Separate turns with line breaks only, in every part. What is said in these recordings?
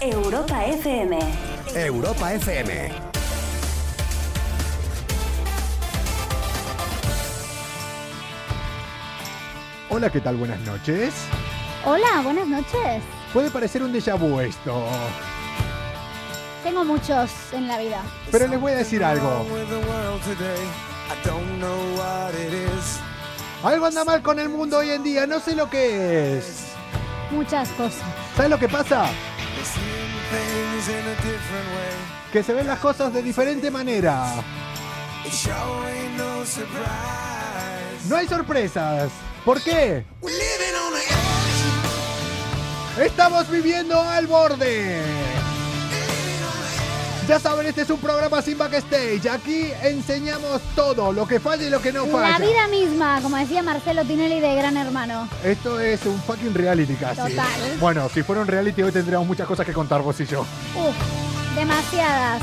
Europa FM.
Europa FM. Hola, ¿qué tal? Buenas noches.
Hola, buenas noches.
Puede parecer un déjà vu esto,
Tengo muchos en la vida.
pero les voy a decir algo. Algo anda mal con el mundo hoy en día, no sé lo que es.
Muchas cosas.
¿Sabes lo que pasa? Que se ven las cosas de diferente manera. No hay sorpresas. ¿Por qué? Estamos viviendo al borde. Ya saben, este es un programa sin backstage. Aquí enseñamos todo, lo que falla y lo que no
La
falla.
vida misma, como decía Marcelo Tinelli de Gran Hermano.
Esto es un fucking reality casi.
Total.
Bueno, si fuera un reality hoy tendríamos muchas cosas que contar vos y yo.
Uf, demasiadas.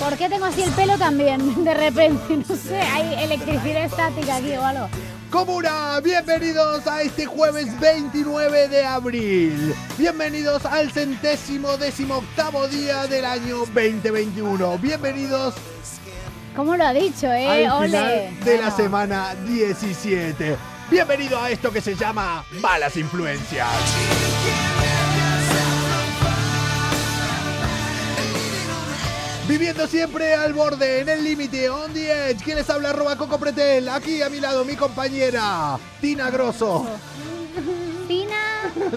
¿Por qué tengo así el pelo también? De repente, no sé, hay electricidad estática aquí o algo.
Comuna, bienvenidos a este jueves 29 de abril. Bienvenidos al centésimo décimo octavo día del año 2021. Bienvenidos
¿Cómo lo ha dicho, eh?
al
Ole.
final de la
Bueno,
semana 17. Bienvenido a esto que se llama Malas Influencias. Viviendo siempre al borde, en el límite, on the edge. ¿Quién les habla? Arroba Coco Pretel. Aquí a mi lado, mi compañera, Tina Grosso.
Tina,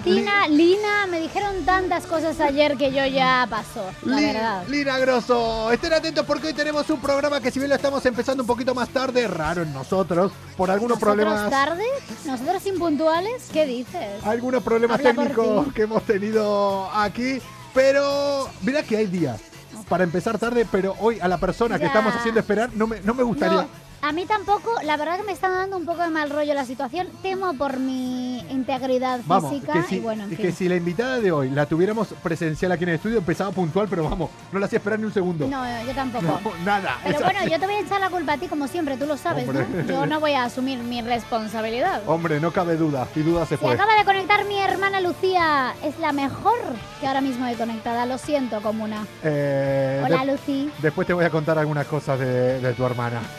Tina, Lina, me dijeron tantas cosas ayer que yo ya paso, la
Li-
verdad.
Lina Grosso, estén atentos porque hoy tenemos un programa que si bien lo estamos empezando un poquito más tarde, raro en nosotros, por algunos
¿Nosotros
problemas
tarde? ¿Nosotros impuntuales? ¿Qué dices?
algunos problemas
Habla por
técnicos
ti.
que hemos tenido aquí, pero mirá que hay días para empezar tarde, pero hoy a la persona que
Ya.
estamos haciendo esperar no me, no me gustaría.
No, a mí tampoco, la verdad que me está dando un poco de mal rollo la situación. Temo por mi integridad
Vamos,
física
que si,
y bueno, en
que
fin.
si la invitada de hoy la tuviéramos presencial aquí en el estudio, empezaba puntual, pero vamos, no la hacía esperar ni un segundo.
No, no, yo tampoco.
No, nada.
Pero
es
bueno,
así.
yo te voy a echar la culpa a ti como siempre, tú lo sabes,
Hombre.
¿no? Yo no voy a asumir mi responsabilidad.
Hombre, no cabe duda, y duda se
Se
fue.
acaba de conectar mi hermana Lucía, es la mejor que ahora mismo he conectada, lo siento, comuna.
Eh,
Hola
de-
Lucy,
Después te voy a contar algunas cosas de, de tu hermana.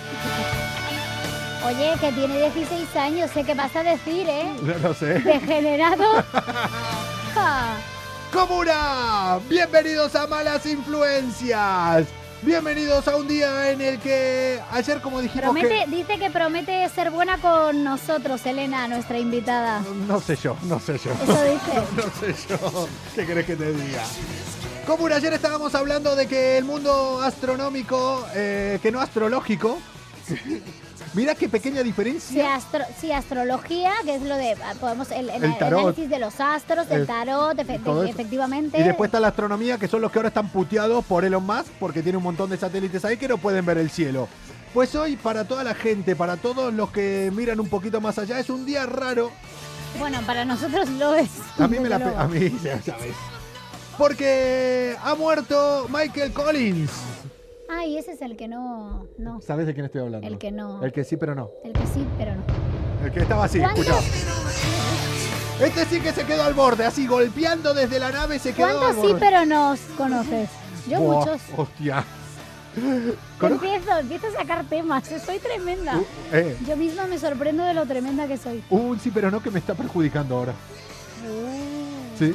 oye, que tiene 16 años, sé qué vas a decir, ¿eh?
No lo sé.
Degenerado. Ja.
¡Comuna! Bienvenidos a Malas Influencias. Bienvenidos a un día en el que ayer, como dijimos
Promete, dice que promete ser buena con nosotros, Elena, nuestra invitada.
que... No sé yo, no sé yo.
Eso dice.
No sé yo. ¿Qué querés que te diga? Comuna, ayer estábamos hablando de que el mundo astronómico, eh, que no astrológico... Mira qué pequeña
Sí,
diferencia.
astro- sí, astrología, que es lo de ah, podemos el, el-
El tarot.
análisis de los astros,
Eh,
el tarot, efe-
todo
de-
eso.
efectivamente.
Y después está la astronomía, que son los que ahora están puteados por Elon Musk, porque tiene un montón de satélites ahí que no pueden ver el cielo. Pues hoy, para toda la gente, para todos los que miran un poquito más allá, es un día raro.
Bueno, para nosotros lo es.
A mí me la...
desde
pe-
luego.
A mí, ya sabes. Porque ha muerto Michael Collins.
Ay, ese es el que no, no,
¿Sabes de quién estoy hablando?
El que no.
El que sí, pero no.
el que sí, pero no.
El que estaba así,
¿Cuántos-
escuchá. Este sí que se quedó al borde, así golpeando desde la nave, se quedó al
¿Cuántos sí,
borde.
pero no conoces? Yo
Buah,
muchos.
Hostia. Conozco-
Empiezo, empiezo a sacar temas. Soy tremenda.
Uh, eh,
Yo misma me sorprendo de lo tremenda que soy.
Hubo un sí pero no que me está perjudicando ahora. Sí,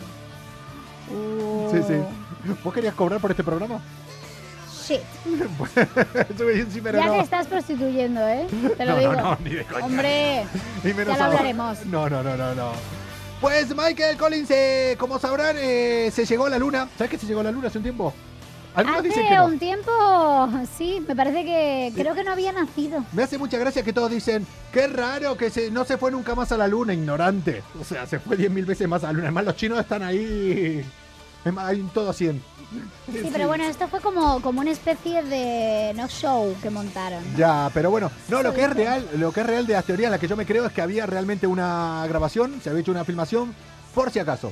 sí,
Oh.
sí. ¿Vos querías cobrar por este programa?
Shit.
Tuve un sí pero
ya
no.
te estás prostituyendo, ¿eh? Te
No,
lo
no,
digo.
no, ni de coña.
Hombre,
Y menos
ya lo
ahora.
hablaremos.
No, no, no, no, no. Pues Michael Collins, eh, como sabrán, eh, se llegó a la luna. ¿Sabes que se llegó a la luna hace un tiempo? Algunos dicen que
hace
no.
un tiempo, sí, me parece que creo que no había nacido.
Me hace mucha gracia que todos dicen, qué raro que se, no se fue nunca más a la luna, ignorante. O sea, se fue 10.000 veces más a la luna. Además, los chinos están ahí... Es más, hay un todo a 100.
Sí, pero bueno, esto fue como, como una especie de no show que montaron.
Ya, pero bueno, no, lo que es real, lo que es real de las teorías, la que yo me creo es que había realmente una grabación, se había hecho una filmación, por si acaso,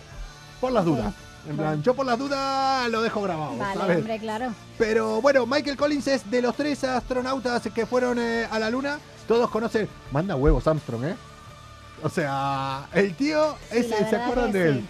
por las
Ok.
dudas. En plan,
Bueno.
yo por las dudas lo dejo grabado,
Vale,
¿sabes?
hombre, claro.
Pero bueno, Michael Collins es de los tres astronautas que fueron eh, a la luna, todos conocen, manda huevos Armstrong, ¿eh? O sea, el tío,
Sí,
es-
la
¿se
verdad
acuerdan
que
de
sí.
él?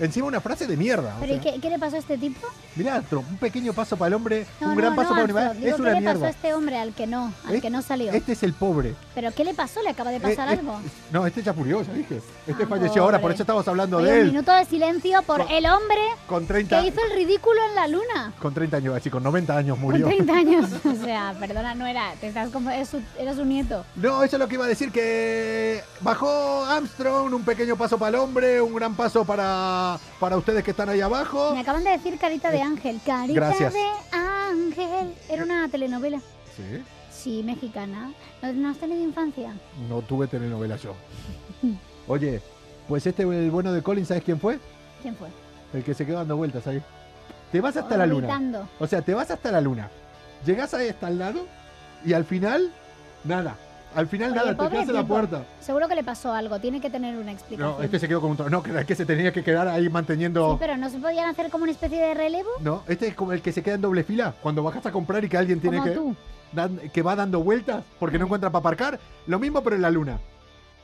Encima una frase de mierda. o
¿Pero y
sea.
qué, qué le pasó a este tipo?
Mirá, Armstrong, un pequeño paso para el hombre,
No,
un
no,
gran
no,
paso para un
Armstrong.
animal.
Digo,
es
¿qué
una
le pasó
mierda.
a este hombre al que no, al
Es-
que no salió?
Este es el pobre.
¿Pero qué le pasó? ¿Le acaba de pasar
Eh, eh,
algo?
no, este ya murió, ya dije. Este
Ah,
falleció ahora, por
pobre.
eso estamos hablando
Oye,
de
un
él.
minuto de silencio por
Con-
el hombre
Con
que
30,
hizo el ridículo en la luna.
con 30 años, así, con 90 años murió.
Con 30 años. O sea, perdona, no era. Te estás como, eres, su, era su nieto.
No, eso es lo que iba a decir, que bajó Armstrong, un pequeño paso para el hombre, un gran paso para, para ustedes que están ahí abajo.
Me acaban de decir Carita de Ángel. Carita
Eh, Gracias.
de Ángel. Era una telenovela.
Sí,
Sí, mexicana. ¿No, no has tenido infancia?
no tuve telenovela yo. Oye, pues este, el bueno de Colin, ¿sabes quién fue?
¿Quién fue?
El que se quedó dando vueltas ahí. Te vas hasta la luna.
Orbitando.
O sea, te vas hasta la luna. Llegás ahí hasta el lado y al final, nada. Al final
Oye,
nada, te
pobre
quedas en la
tipo.
puerta.
Seguro que le pasó algo. Tiene que tener una explicación.
No, este se quedó con un tro- No, que era que se tenía que quedar ahí
Sí,
manteniendo.
pero ¿no se podían hacer como una especie de relevo?
No, este es como el que se queda en doble fila. Cuando bajas a comprar y que alguien tiene
como
que.
tú.
dan- que va dando vueltas porque no encuentra para aparcar. Lo mismo, pero en la luna.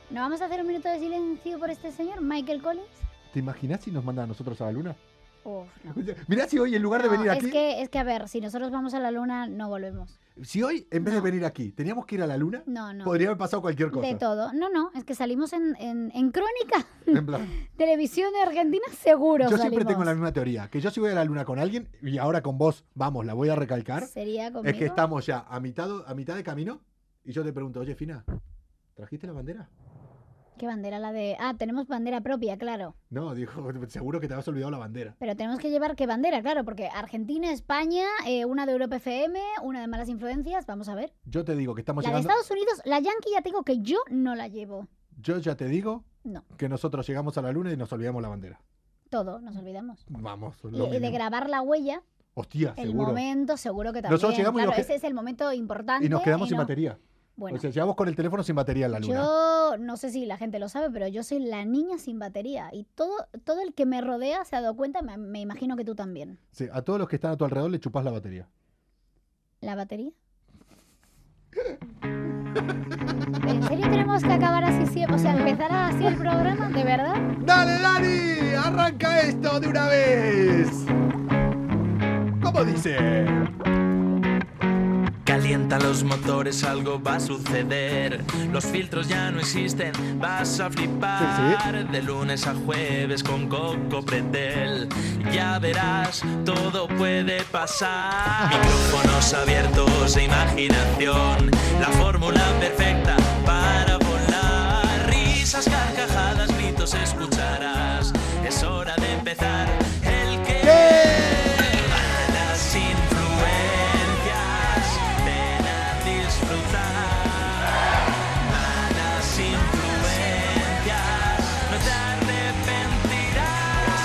¿No vamos a hacer un minuto de silencio por este señor, Michael Collins?
¿Te imaginas si nos manda a nosotros a la luna?
Uf, no.
Mirá si hoy, en lugar de
No,
venir
es
aquí.
que, es que, a ver, si nosotros vamos a la luna, no volvemos.
Si hoy, en vez
No.
de venir aquí, teníamos que ir a la luna,
No, no.
podría haber pasado cualquier
De
cosa.
todo. No, no, es que salimos en, en, en Crónica,
En plan.
Televisión de Argentina, seguro
Yo
salimos.
siempre tengo la misma teoría, que yo si voy a la luna con alguien, y ahora con vos, vamos, la voy a recalcar,
¿Sería conmigo?
es que estamos ya a mitad, a mitad de camino, y yo te pregunto, oye, Fina, ¿trajiste la bandera?
¿Qué bandera la de...? Ah, tenemos bandera propia, claro.
No, dijo, seguro que te has olvidado la bandera.
Pero tenemos que llevar qué bandera, claro, porque Argentina, España, eh, una de Europa FM, una de Malas Influencias, vamos a ver.
Yo te digo que estamos
La de
llegando,
Estados Unidos, la Yankee ya te digo que yo no la llevo.
yo ya te digo
No.
que nosotros llegamos a la luna y nos olvidamos la bandera.
Todo, nos olvidamos.
Vamos,
Y,
lo
y de
mínimo.
grabar la huella,
Hostia,
el
seguro.
momento, seguro que también.
Nosotros llegamos y
claro,
nos que-
ese es el momento importante.
Y nos quedamos sin Pues
no-
batería.
Bueno,
O sea, llegamos con el teléfono sin batería a la luna.
yo no sé si la gente lo sabe, pero yo soy la niña sin batería. Y todo, todo el que me rodea se ha dado cuenta, me, me imagino que tú también.
Sí, a todos los que están a tu alrededor le chupás la batería.
¿La batería? ¿En serio tenemos que acabar así siempre? O sea, empezar así el programa, ¿de verdad?
¡Dale, Dani! ¡Arranca esto de una vez! ¿Cómo dice?
Calienta los motores, algo va a suceder. Los filtros ya no existen, vas a flipar. De lunes a jueves con Coco Pretel. Ya verás, todo puede pasar. Micrófonos abiertos e imaginación. La fórmula perfecta para volar. Risas, carcajadas, gritos escucharás. Es hora de empezar el que. Malas influencias, ven a disfrutar. Malas influencias, no te arrepentirás.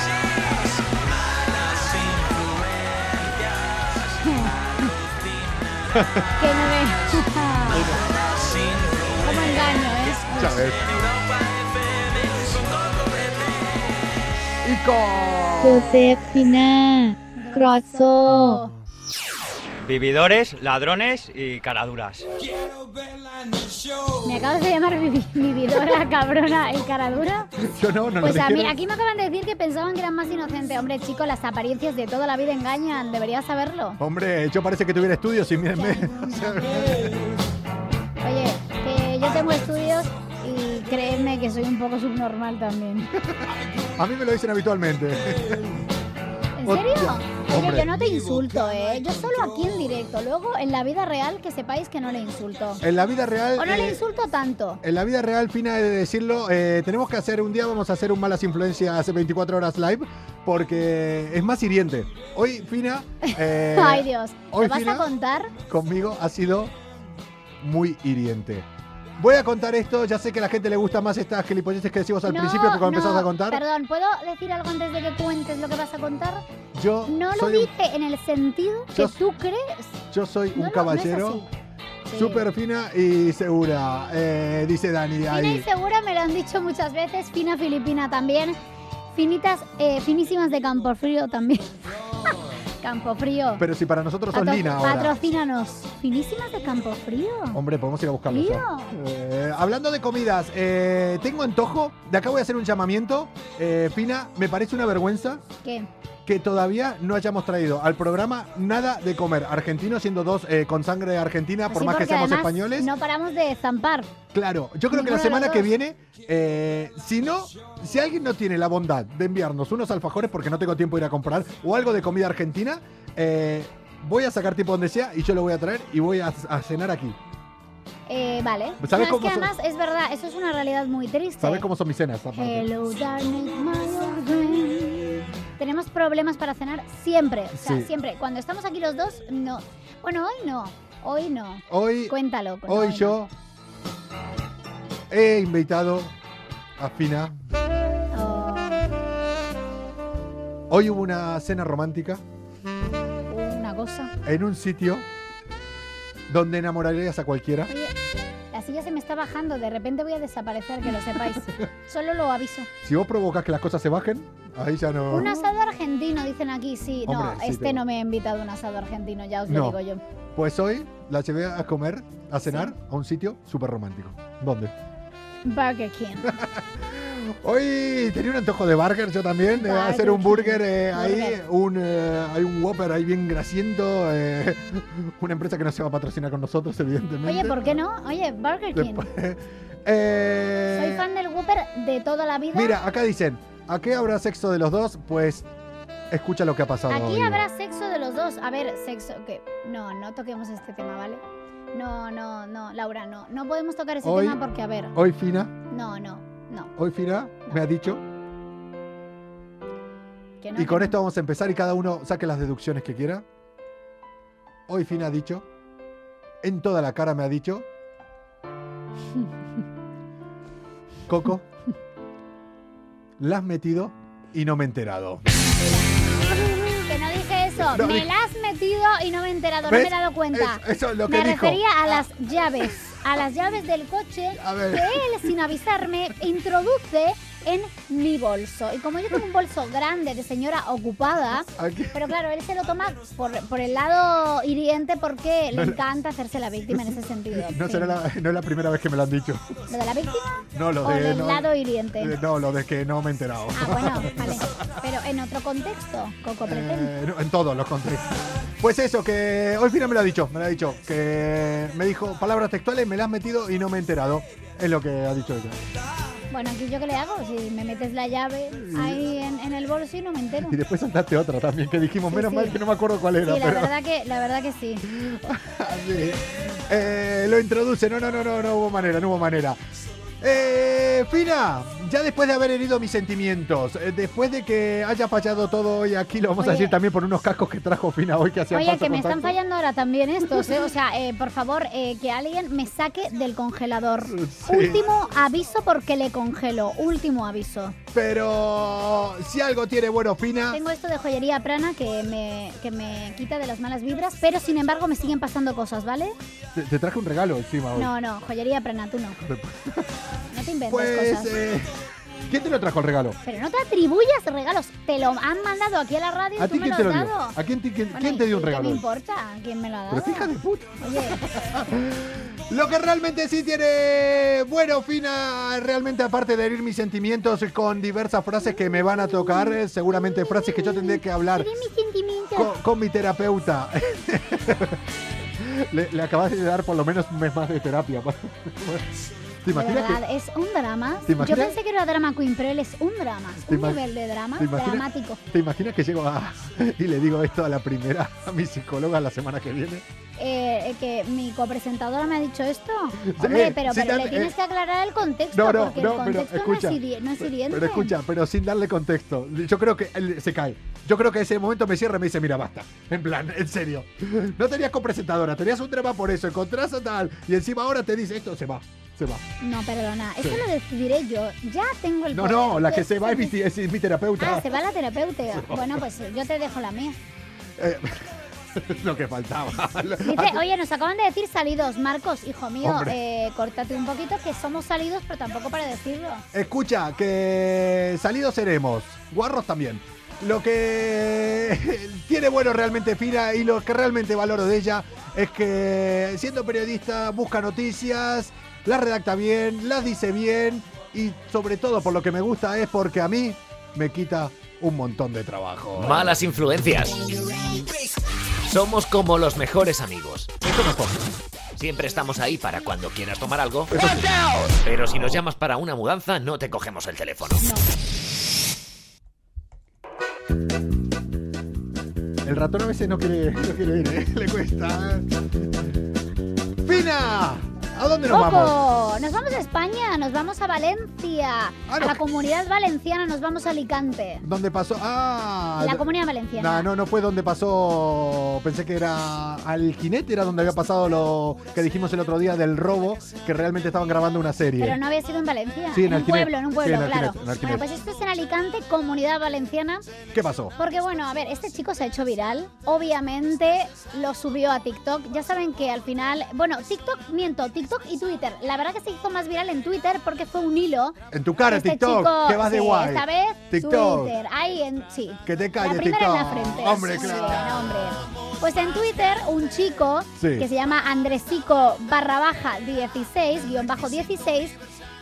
Malas influencias,
Que no me...
malas influencias.
¿Cómo engaño, eh?
Ya ves.
En Europa FM, con todo vete.
Y con...
Josefina Crosso.
Vividores, ladrones y caraduras.
¿Me acabas de llamar vivi- vividora, cabrona y cara dura?
Yo no, no,
Pues
no
a mí, aquí me acaban de decir que pensaban que eran más inocentes. Hombre, chico, las apariencias de toda la vida engañan. Deberías saberlo.
Hombre, yo parece que tuviera estudios y mírenme.
Oye, que yo tengo estudios y créeme que soy un poco subnormal también.
A mí me lo dicen habitualmente.
¿En
Hostia,
serio? Oye,
hombre.
yo no te insulto, ¿eh? Yo solo aquí en directo. Luego, en la vida real, que sepáis que no le insulto.
En la vida real...
O no le
eh,
insulto tanto.
en la vida real, Fina, he de decirlo, eh, tenemos que hacer un día, vamos a hacer un Malas Influencias hace 24 horas live, porque es más hiriente. Hoy, Fina, eh,
Ay, Dios.
hoy
¿Lo vas
Fina-
a contar?
conmigo ha sido muy hiriente. Voy a contar esto, ya sé que a la gente le gusta más estas gilipolleces que decimos al
No,
principio que cuando
no,
empezamos a contar.
Perdón, ¿puedo decir algo antes de que cuentes lo que vas a contar?
Yo
No lo
soy, un-
dije en el sentido
Yo-
que tú crees.
yo soy
No,
un
no,
caballero
no es así. eh. Sí.
súper fina y segura, eh, dice Dani
Fina y
ahí.
segura me lo han dicho muchas veces. Fina filipina también. Finitas, eh, finísimas de Campo Frío también. Campo frío.
Pero si para nosotros sos Lina ahora. Oh.
patrocínanos. Finísimas de Campo Frío.
Hombre, podemos ir a buscarlo ya.
Lío.
Eh, hablando de comidas, eh, tengo antojo. De acá voy a hacer un llamamiento. Eh, Pina, me parece una vergüenza
¿Qué?
que todavía no hayamos traído al programa nada de comer argentino, siendo dos eh, con sangre de argentina, por
Así
más que
porque
seamos
además
españoles.
No paramos de zampar.
Claro, yo creo que la
Ninguno de los
semana que
dos.
viene, eh, si no, si alguien no tiene la bondad de enviarnos unos alfajores porque no tengo tiempo de ir a comprar o algo de comida argentina, eh, voy a sacar tipo donde sea y yo lo voy a traer y voy a, a cenar aquí.
Eh, vale.
¿Sabes
No,
cómo
es que
son?
además es verdad, eso es una realidad muy triste.
¿Sabes cómo son mis cenas? aparte?
Hello, darkness, my old friend. Tenemos problemas para cenar siempre. O sea,
Sí.
siempre. Cuando estamos aquí los dos, no. Bueno, hoy no. Hoy no.
Hoy,
Cuéntalo. pues,
hoy
no.
yo he invitado a Fina.
Oh,
Hoy hubo una cena romántica
una cosa.
en un sitio donde enamorarías a cualquiera.
Oye, la silla se me está bajando. De repente voy a desaparecer, que lo sepáis. Solo lo aviso.
Si vos provocas que las cosas se bajen, ahí ya no.
Un asado argentino, dicen aquí, sí. no,
Oh. Hombre, sí,
este
pero-
no me ha invitado a un asado argentino, ya os
No.
lo digo yo.
Pues hoy la llevé a comer, a cenar, a un sitio súper romántico. ¿Dónde?
Burger King.
Hoy tenía un antojo de burger, yo también, de
Burger
hacer un
King.
burger eh, ahí,
Burger.
un, eh, hay un Whopper ahí bien grasiento, eh, una empresa que no se va a patrocinar con nosotros, evidentemente.
Oye, ¿por qué no? Oye, Burger King.
Después- Eh,
Soy fan del Whopper de toda la vida.
Mira, acá dicen, ¿a qué habrá sexo de los dos? Pues escucha lo que ha pasado.
Aquí
hoy.
habrá sexo de los dos. A ver, sexo. que No, no toquemos este tema, ¿vale? No, no, no, Laura, no. No podemos tocar ese
Hoy-
tema porque, a ver,
Hoy Fina,
no, no, no.
hoy Fina
No.
me ha dicho,
que no,
y
que
con
no.
esto vamos a empezar y cada uno saque las deducciones que quiera. Hoy Fina ha dicho, en toda la cara me ha dicho, Coco, la has metido y no me he enterado.
Que no dije eso.
No,
me
dije-
la has metido y no me he enterado, no
¿Ves?
me he dado cuenta.
Es- eso es lo que
me
dijo.
refería a las llaves. A las llaves del coche
A
que
ver,
él, sin avisarme, introduce en mi bolso. Y como yo tengo un bolso grande de señora ocupada,
aquí-
pero claro, él se lo toma por, por el lado hiriente porque le encanta hacerse la víctima en ese sentido.
no,
Sí.
será la, no es la primera vez que me lo han dicho.
¿Lo de la víctima
No, lo
o
de...
del
no,
lado hiriente?
eh, no, lo de que no me he enterado.
Ah, bueno, vale. Pero en otro contexto, Coco pretende.
Eh, no, en todos los contextos. Pues eso, que hoy Fina me lo ha dicho, me lo ha dicho, que me dijo palabras textuales, me las has metido y no me he enterado. Es lo que ha dicho ella.
Bueno, aquí yo qué le hago si me metes la llave ahí en, en el bolso y no me entero.
Y después saltaste otra también, que dijimos,
Sí,
menos
sí.
mal que no me acuerdo cuál
Sí,
era,
la
pero Ah,
verdad que, la verdad que sí.
Sí. Eh, lo introduce, no, no, no, no, no hubo manera, no hubo manera. Eh, Fina, ya después de haber herido mis sentimientos, eh, después de que haya fallado todo hoy aquí, lo vamos a
Oye.
decir también por unos cascos que trajo Fina hoy que hacía
Oye,
falta
que me
con
están
tanto-
fallando ahora también estos, ¿eh? O sea, eh, por favor, eh, que alguien me saque del congelador.
Sí.
Último aviso porque le congelo. Último aviso.
Pero si algo tiene bueno Fina,
Tengo esto de joyería prana que me, que me quita de las malas vibras, pero sin embargo me siguen pasando cosas, ¿vale?
te, te traje un regalo encima hoy.
No, no, joyería prana, tú no. No te inventes
pues,
cosas.
eh, ¿quién te lo trajo el regalo?
Pero no te atribuyas regalos. Te lo han mandado aquí a la radio y
¿A
tú
ti
me
quién
lo
te
has
lo dio?
dado.
¿A quién, te- quién-
Bueno,
quién
¿y
te dio un
qué
regalo?
me
hoy?
importa? ¿Quién me lo ha dado?
Pero fija de puta.
Oye,
Lo que realmente sí tiene bueno, Fina, realmente aparte de herir mis sentimientos con diversas frases que me van a tocar, eh, seguramente frases que yo tendré que hablar
tiene mis sentimientos.
con, con mi terapeuta. le, le acabas de dar por lo menos un mes más de terapia. ¿Te
De
imaginas que,
verdad, es un drama.
¿Te
Yo
imaginas?
pensé que era drama queen, pero él es un drama.
¿Te
Un
ima-
nivel de drama
te imaginas?
dramático.
te imaginas que llego a- y le digo esto a la primera, a mi psicóloga la semana que viene?
Eh, eh, que mi copresentadora me ha dicho esto. Hombre,
eh,
pero,
sí,
pero
dale,
le tienes
eh.
que aclarar el contexto.
No, no,
porque
no,
el
pero
contexto
escucha.
no, es hiri- no es hiriente.
Pero escucha, pero sin darle contexto. Yo creo que él se cae. Yo creo que ese momento me cierra y me dice, mira, basta. En plan, en serio. No tenías copresentadora, tenías un drama por eso, encontrás a tal. Y encima ahora te dice esto, se va, se va.
No, perdona. Eso
Sí.
lo decidiré yo. Ya tengo el
No,
poder.
no, la que
Yo-
se va es mi, es mi terapeuta.
Ah, se va la terapeuta. Bueno, pues yo te dejo la mía.
Eh, Es lo que faltaba.
Dice, oye, nos acaban de decir salidos, Marcos, hijo mío,
Hombre.
eh, córtate un poquito que somos salidos, pero tampoco para decirlo.
Escucha, que salidos seremos. Guarros también. Lo que tiene bueno realmente Fina y lo que realmente valoro de ella es que siendo periodista busca noticias, las redacta bien, las dice bien y sobre todo por lo que me gusta es porque a mí me quita un montón de trabajo.
Malas influencias. Somos como los mejores amigos.
Esto mejor.
Siempre estamos ahí para cuando quieras tomar algo. Pero si nos llamas para una mudanza, no te cogemos el teléfono.
El ratón a veces no quiere, no quiere ir, ¿eh? le cuesta. ¡Fina! ¿A dónde nos vamos?
¡Ojo! Nos vamos a España, nos vamos a Valencia,
Ah,
a
no.
la comunidad valenciana, nos vamos a Alicante.
¿Dónde pasó? ¡Ah!
la comunidad
No,
valenciana.
no, no fue donde pasó. Pensé que era al jinete, era donde había pasado lo que dijimos el otro día del robo, que realmente estaban grabando una serie.
Pero no había sido en Valencia.
Sí, en
un
Alginet.
pueblo, en un
Sí,
pueblo,
en Alginet,
claro.
en Alginet.
Bueno, pues esto es en Alicante, comunidad valenciana.
¿Qué pasó?
Porque bueno, a ver, este chico se ha hecho viral. Obviamente lo subió a TikTok. Ya saben que al final, bueno, TikTok, miento, TikTok y Twitter. La verdad que se hizo más viral en Twitter porque fue un hilo.
En tu cara,
Este
TikTok,
chico-
que vas de
sí,
guay.
Esta vez
TikTok.
Twitter. Ahí en sí.
Que te
La
calles,
primera
TikTok.
en la frente.
Hombre,
Muy
claro.
bien, hombre. Pues en Twitter, un chico
Sí.
que se llama Andresico barra baja 16, guión bajo 16,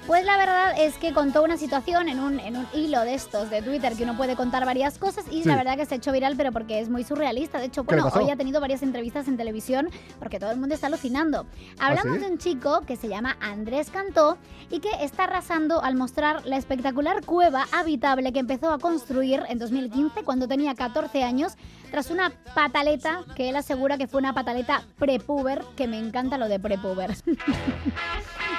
pues la verdad es que contó una situación en un, en un hilo de estos de Twitter que uno puede contar varias cosas y
Sí.
la verdad que se ha hecho viral, pero porque es muy surrealista. De hecho,
¿Qué le
bueno,
pasó?
hoy ha tenido varias entrevistas en televisión porque todo el mundo está alucinando.
¿Ah,
Hablamos
sí?
de un chico que se llama Andrés Cantó y que está arrasando al mostrar la espectacular cueva habitable que empezó a construir en 2015 cuando tenía 14 años tras una pataleta que él asegura que fue una pataleta prepuber, que me encanta lo de prepuber.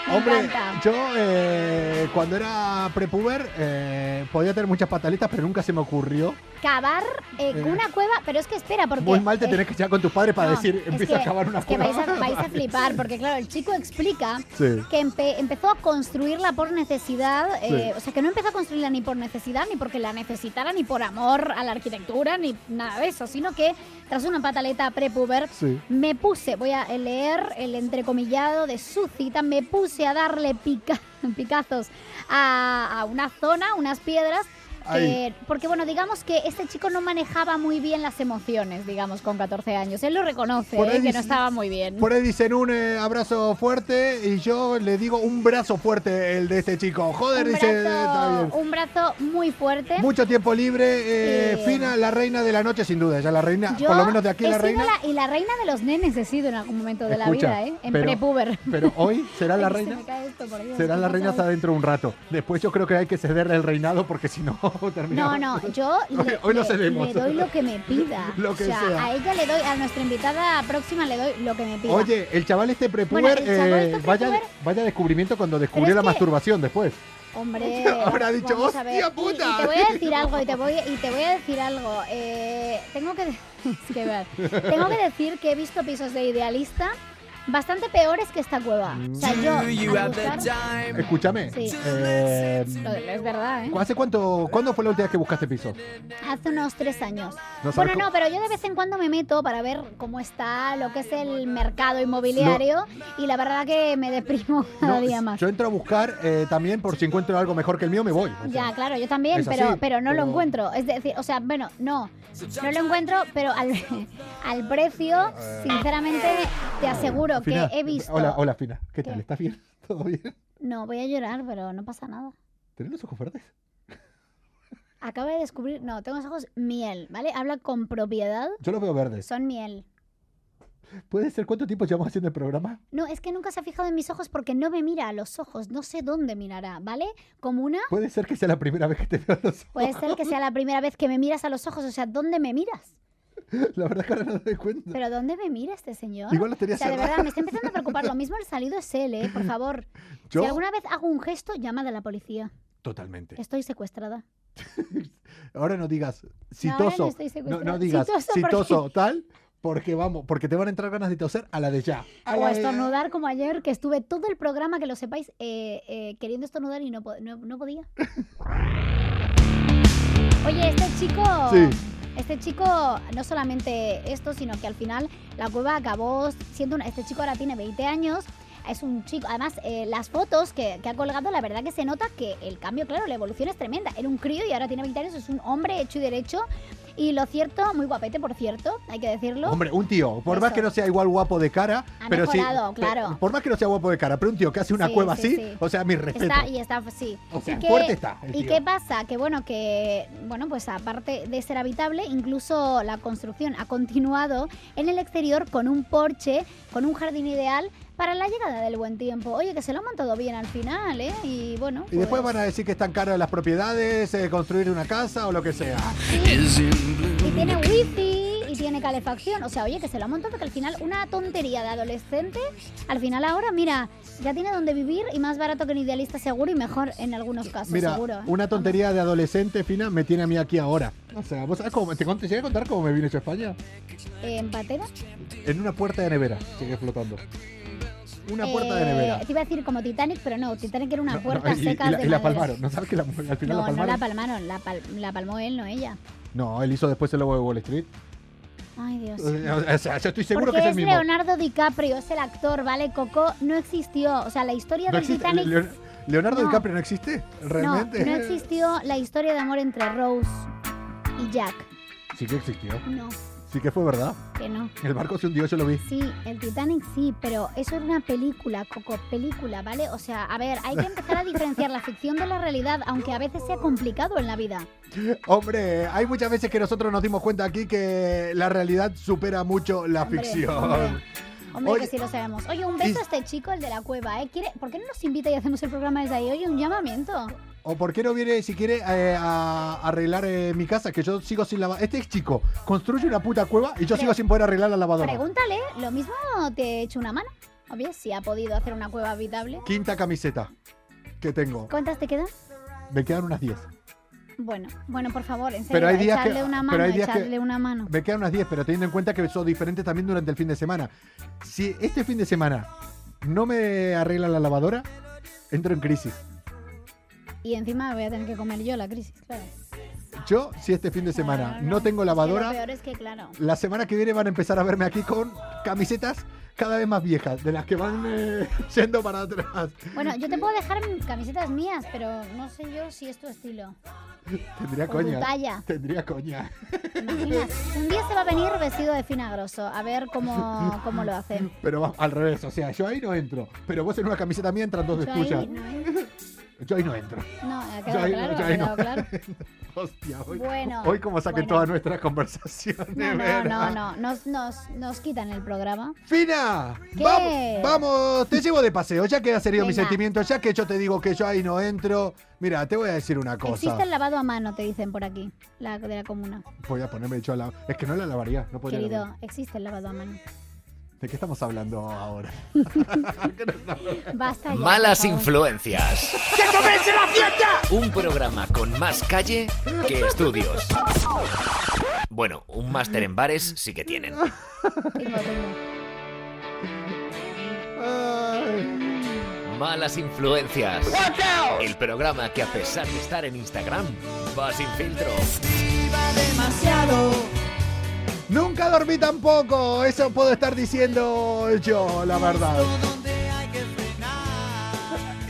me
Hombre,
encanta.
yo eh, cuando era prepuber eh, podía tener muchas pataletas, pero nunca se me ocurrió.
Cavar eh,
Eh.
una cueva, pero es que espera, porque...
Muy mal te
eh,
tenés que echar con tus padres para
no,
decir,
es
empieza
que-
a acabar una
es que
cueva.
vais a, vais a flipar, porque claro, el chico explica
Sí.
que empe- empezó a construirla por necesidad, eh, o sea, que no empezó a construirla ni por necesidad, ni porque la necesitara, ni por amor a la arquitectura, ni nada de eso, sino que tras una pataleta prepuber,
Sí.
me puse, voy a leer el entrecomillado de su cita, me puse a darle pica- picazos a, a una zona, unas piedras. que-
Ay.
porque bueno, digamos que este chico no manejaba muy bien las emociones, digamos, con 14 años. Él lo reconoce,
Por
eh,
ahí
que
dice-
no estaba muy bien.
Por ahí dicen un eh, abrazo fuerte y yo le digo un brazo fuerte el de este chico. Joder,
un,
dice, eh, está bien.
brazo, un brazo muy fuerte.
Mucho tiempo libre, eh,
Sí.
Fina, la reina de la noche, sin duda. Ya la reina,
Yo
por lo menos de aquí
he
la
sido
reina.
y la reina de los nenes he sido en algún momento de
Escucha,
la vida, ¿eh? En
pero-
prepuber.
Pero hoy será la
Ay, se
reina.
me cae esto, por Dios,
Será
¿qué
la
pasa
reina
hoy?
hasta dentro de un rato. Después yo creo que hay que ceder el reinado porque si no
No,
terminamos.
no, yo le,
Hoy- hoy lo
le-
cedemos.
le doy lo que me pida.
Lo que
o sea,
sea.
a ella le doy, a nuestra invitada próxima le doy lo que me pida.
Oye, el chaval este prepuber,
Bueno, el chaval
eh,
este
vaya,
prepuber-
vaya descubrimiento cuando descubrió
es
la
que-
masturbación después.
Hombre,
Habrá dicho,
vamos a ver.
"Hostia
Y-
puta".
Y, te voy a decir algo, y te voy, y te voy a decir algo. Eh, tengo que, es que ver. tengo que decir que he visto pisos de idealista bastante peores que esta cueva. O sea, yo al buscar,
Escúchame.
Sí.
eh,
lo- es verdad, ¿eh?
¿Hace cuánto, cuándo fue la última vez que buscaste piso?
Hace unos tres años.
No sabes
bueno,
cómo-
no, pero yo de vez en cuando me meto para ver cómo está lo que es el mercado inmobiliario y la verdad que me deprimo cada
No,
día más.
Yo entro a buscar eh, también por si encuentro algo mejor que el mío, me voy. O sea,
Ya, claro, yo también,
es
pero,
así,
pero no
pero-
lo encuentro. Es decir, o sea, bueno, no. No lo encuentro, pero al, al precio, sinceramente, te aseguro
Eh, Fina,
que he visto.
Hola, hola, Fina. ¿Qué tal?
¿Qué?
¿Estás bien? ¿Todo bien?
No, voy a llorar, pero no pasa nada.
¿Tenés los ojos verdes?
Acabo de descubrir. No, tengo los ojos miel, ¿vale? Habla con propiedad.
Yo los veo verdes.
Son miel.
¿Puede ser cuánto tiempo llevamos haciendo el programa?
No, es que nunca se ha fijado en mis ojos porque no me mira a los ojos. No sé dónde mirará, ¿vale? Como una.
¿Puede ser que sea la primera vez que te veo los ojos?
Puede ser que sea la primera vez que me miras a los ojos. O sea, ¿dónde me miras?
La verdad es que ahora no me doy cuenta.
¿Pero dónde me mira este señor?
Igual los tenía
O sea, de
cerrados.
verdad, me está empezando a preocupar. Lo mismo el salido es él, ¿eh? Por favor.
Yo,
Si alguna vez hago un gesto, llama de la policía.
totalmente.
Estoy secuestrada.
Ahora no digas
No, ahora
citoso.
no estoy
No,
secuestrada.
no digas
Citoso, ¿por qué?
citoso tal, porque vamos, porque te van a entrar ganas de toser a la de ya. A
O
la de-
estornudar como ayer, que estuve todo el programa, que lo sepáis, eh, eh, queriendo estornudar y no, po- no, no podía. Oye, este chico
Sí.
Este chico, no solamente esto, sino que al final la cueva acabó siendo una... Este chico ahora tiene 20 años. Es un chico, además eh, las fotos que, que ha colgado, la verdad que se nota que el cambio, claro, la evolución es tremenda. Era un crío y ahora tiene 20 años, es un hombre hecho y derecho. Y lo cierto, muy guapete, por cierto, hay que decirlo.
Hombre, un tío, por más
Eso. Ah,
que no sea igual guapo de cara,
Ha
pero sí.
mejorado,
pe-
claro.
Por más que no sea guapo de cara, pero un tío que hace una
Sí,
cueva
sí,
así,
sí.
o sea, mi respeto.
Está, y está, sí.
O sea,
Y que-
fuerte está el
¿Y
tío.
qué pasa? Que bueno, que bueno, pues aparte de ser habitable, incluso la construcción ha continuado en el exterior con un porche, con un jardín ideal para la llegada del buen tiempo. Oye, que se lo han montado bien al final, ¿eh? Y bueno.
Y después
pues-
van a decir que están caras las propiedades, eh, construir una casa o lo que sea.
Ah, Y tiene wifi y tiene calefacción. O sea, oye, que se lo ha montado, que al final una tontería de adolescente, al final ahora, mira, ya tiene donde vivir y más barato que en idealista seguro y mejor en algunos casos,
Mira,
seguro. ¿eh?
una tontería de adolescente fina me tiene a mí aquí ahora. O sea, ¿vos sabés cómo? ¿Te, cont- te llegué a contar cómo me vine yo a España?
Eh, ¿En patera?
En una puerta de nevera, llegué flotando. Una puerta de
Eh,
nevera.
Te iba a decir como Titanic, pero no, Titanic era una
No,
puerta
no, y,
seca
y
de
la, y la
madera.
palmaron, ¿no sabes que la- al final
no,
la
no
palmaron?
la palmaron, la, pal- la palmó él, no ella.
No, él hizo después el lobo de Wall Street.
Ay, Dios.
O sea, yo estoy Eh, seguro
Ah, Porque
que es el
es
mismo.
Leonardo DiCaprio, es el actor, ¿vale? Coco no existió. O sea, la historia
No
del
existe-
Titanic.
Leon- Leonardo
No.
DiCaprio no existe,
no,
realmente.
no existió la historia de amor entre Rose y Jack.
Sí que existió.
No,
Sí que fue verdad.
que no.
El barco se hundió, yo lo vi.
Sí, el Titanic sí, pero eso era una película, Coco, película, ¿vale? O sea, a ver, hay que empezar a diferenciar la ficción de la realidad, aunque a veces sea complicado en la vida.
Hombre, hay muchas veces que nosotros nos dimos cuenta aquí que la realidad supera mucho la
Hombre,
ficción.
hombre. Hombre,
Oye-
que sí lo sabemos. Oye, un beso
Y-
a este chico, el de la cueva, ¿eh? ¿Quiere... ¿Por qué no nos invita y hacemos el programa desde ahí? Oye, un llamamiento.
¿O por qué no viene, si quiere, eh, a arreglar eh, mi casa? Que yo sigo sin lavar. Este es chico construye una puta cueva y yo
Pre-
sigo sin poder arreglar la lavadora.
Pregúntale, lo mismo te he hecho una mano. Oye, si ha podido hacer una cueva habitable.
Quinta camiseta que tengo.
¿Cuántas te quedan?
Me quedan unas 10.
Bueno, bueno, por favor, en serio,
Pero hay días que-
echarle una
pero
mano,
hay días que-
echarle una mano.
Me quedan unas 10, pero teniendo en cuenta que son diferentes también durante el fin de semana. Si este fin de semana no me arregla la lavadora, entro en crisis.
Y encima voy a tener que comer yo la crisis, claro.
Yo, si este fin de semana no tengo
Es que Lo
lavadora,
peor es que, claro.
la semana que viene van a empezar a verme aquí con camisetas cada vez más viejas, de las que van eh, yendo para atrás.
Bueno, yo te puedo dejar camisetas mías, pero no sé yo si es tu estilo.
Tendría
O
coña.
tu talla.
Tendría coña.
¿Te imaginas? Un día se va a venir vestido de finagroso, a ver cómo, cómo lo hace.
Pero va- al revés, o sea, yo ahí no entro. Pero vos en una camiseta mía entran dos de
Yo ahí,
tuyas.
no, ¿eh?
Yo ahí no entro.
No, ha
Yo
quedado
ahí no,
claro,
yo
ha
ahí no.
quedado claro.
Hostia, hoy,
Bueno,
hoy como saquen
bueno.
todas nuestras conversaciones.
No, no,
¿verdad?
no, no. Nos, nos, nos quitan el programa.
Fina,
¿Qué?
vamos, vamos, te llevo de paseo, ya que ha salido mis
Venga.
sentimientos, ya que yo te digo que yo ahí no entro. Mira, te voy a decir una cosa.
Existe el lavado a mano, te dicen por aquí, la de la comuna.
Voy a ponerme hecho a la... Es que no la lavaría, no podría.
Querido,
lavar.
existe el lavado a mano.
¿De qué estamos hablando ahora?
Basta ya.
Malas
por favor.
influencias. ¡Que la fiesta! Un programa con más calle que estudios. Bueno, un máster en bares sí que tienen.
Tengo, tengo.
Ay,
Malas influencias. El programa que a pesar de estar en Instagram, va sin filtro.
Nunca dormí tampoco, eso puedo estar diciendo yo, la verdad.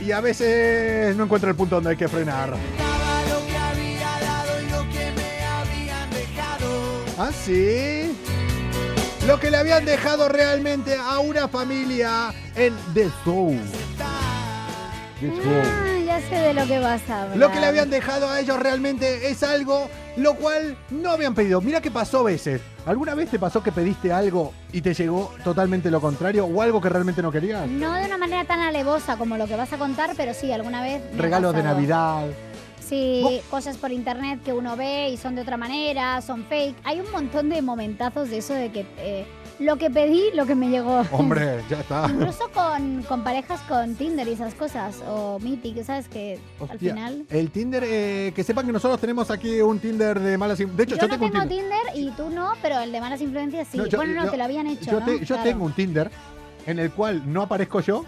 Y a veces no encuentro el punto donde hay que frenar. Ah, sí. Lo que le habían dejado realmente a una familia en The Soul. The Soul.
Ah, ya sé de lo que vas a hablar.
Lo que le habían dejado a ellos realmente es algo lo cual no habían pedido. Mira que pasó veces. ¿Alguna vez te pasó que pediste algo y te llegó totalmente lo contrario o algo que realmente no querías?
No de una manera tan alevosa como lo que vas a contar, pero sí, alguna vez. me ha
Regalos de
pasado.
Navidad.
Sí,
Bo-
cosas por internet que uno ve y son de otra manera, son fake. Hay un montón de momentazos de eso de que eh, lo que pedí, lo que me llegó.
Hombre, ya está.
Incluso con, con parejas con Tinder y esas cosas, o Meeting, que sabes que al
Hostia,
final...
El Tinder, eh, que sepan que nosotros tenemos aquí un Tinder de malas... in- De hecho,
Yo,
yo,
no
tengo
tengo
un Tinder.
Tinder y tú no, pero el de malas influencias sí.
No, yo-
bueno, no,
yo-
te lo habían hecho.
yo
¿no?
te- yo
Claro.
tengo un Tinder en el cual no aparezco yo,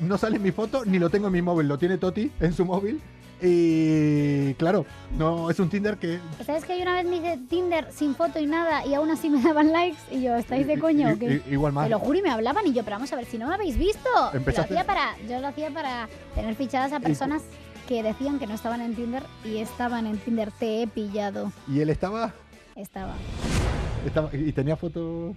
no sale mi foto, ni lo tengo en mi móvil, lo tiene Toti en su móvil. Y claro, no es un Tinder que.
¿Sabes que yo una vez me hice Tinder sin foto y nada y aún así me daban likes? Y yo, ¿estáis de coño? o qué?
i- i- Igual más.
Te lo juro y me hablaban y yo, pero vamos a ver, si no me habéis visto.
Empezaste-
Lo hacía para, yo lo hacía para tener fichadas a personas que decían que no estaban en Tinder y estaban en Tinder. Te he pillado.
Y él estaba,
Estaba.
estaba. Y tenía foto.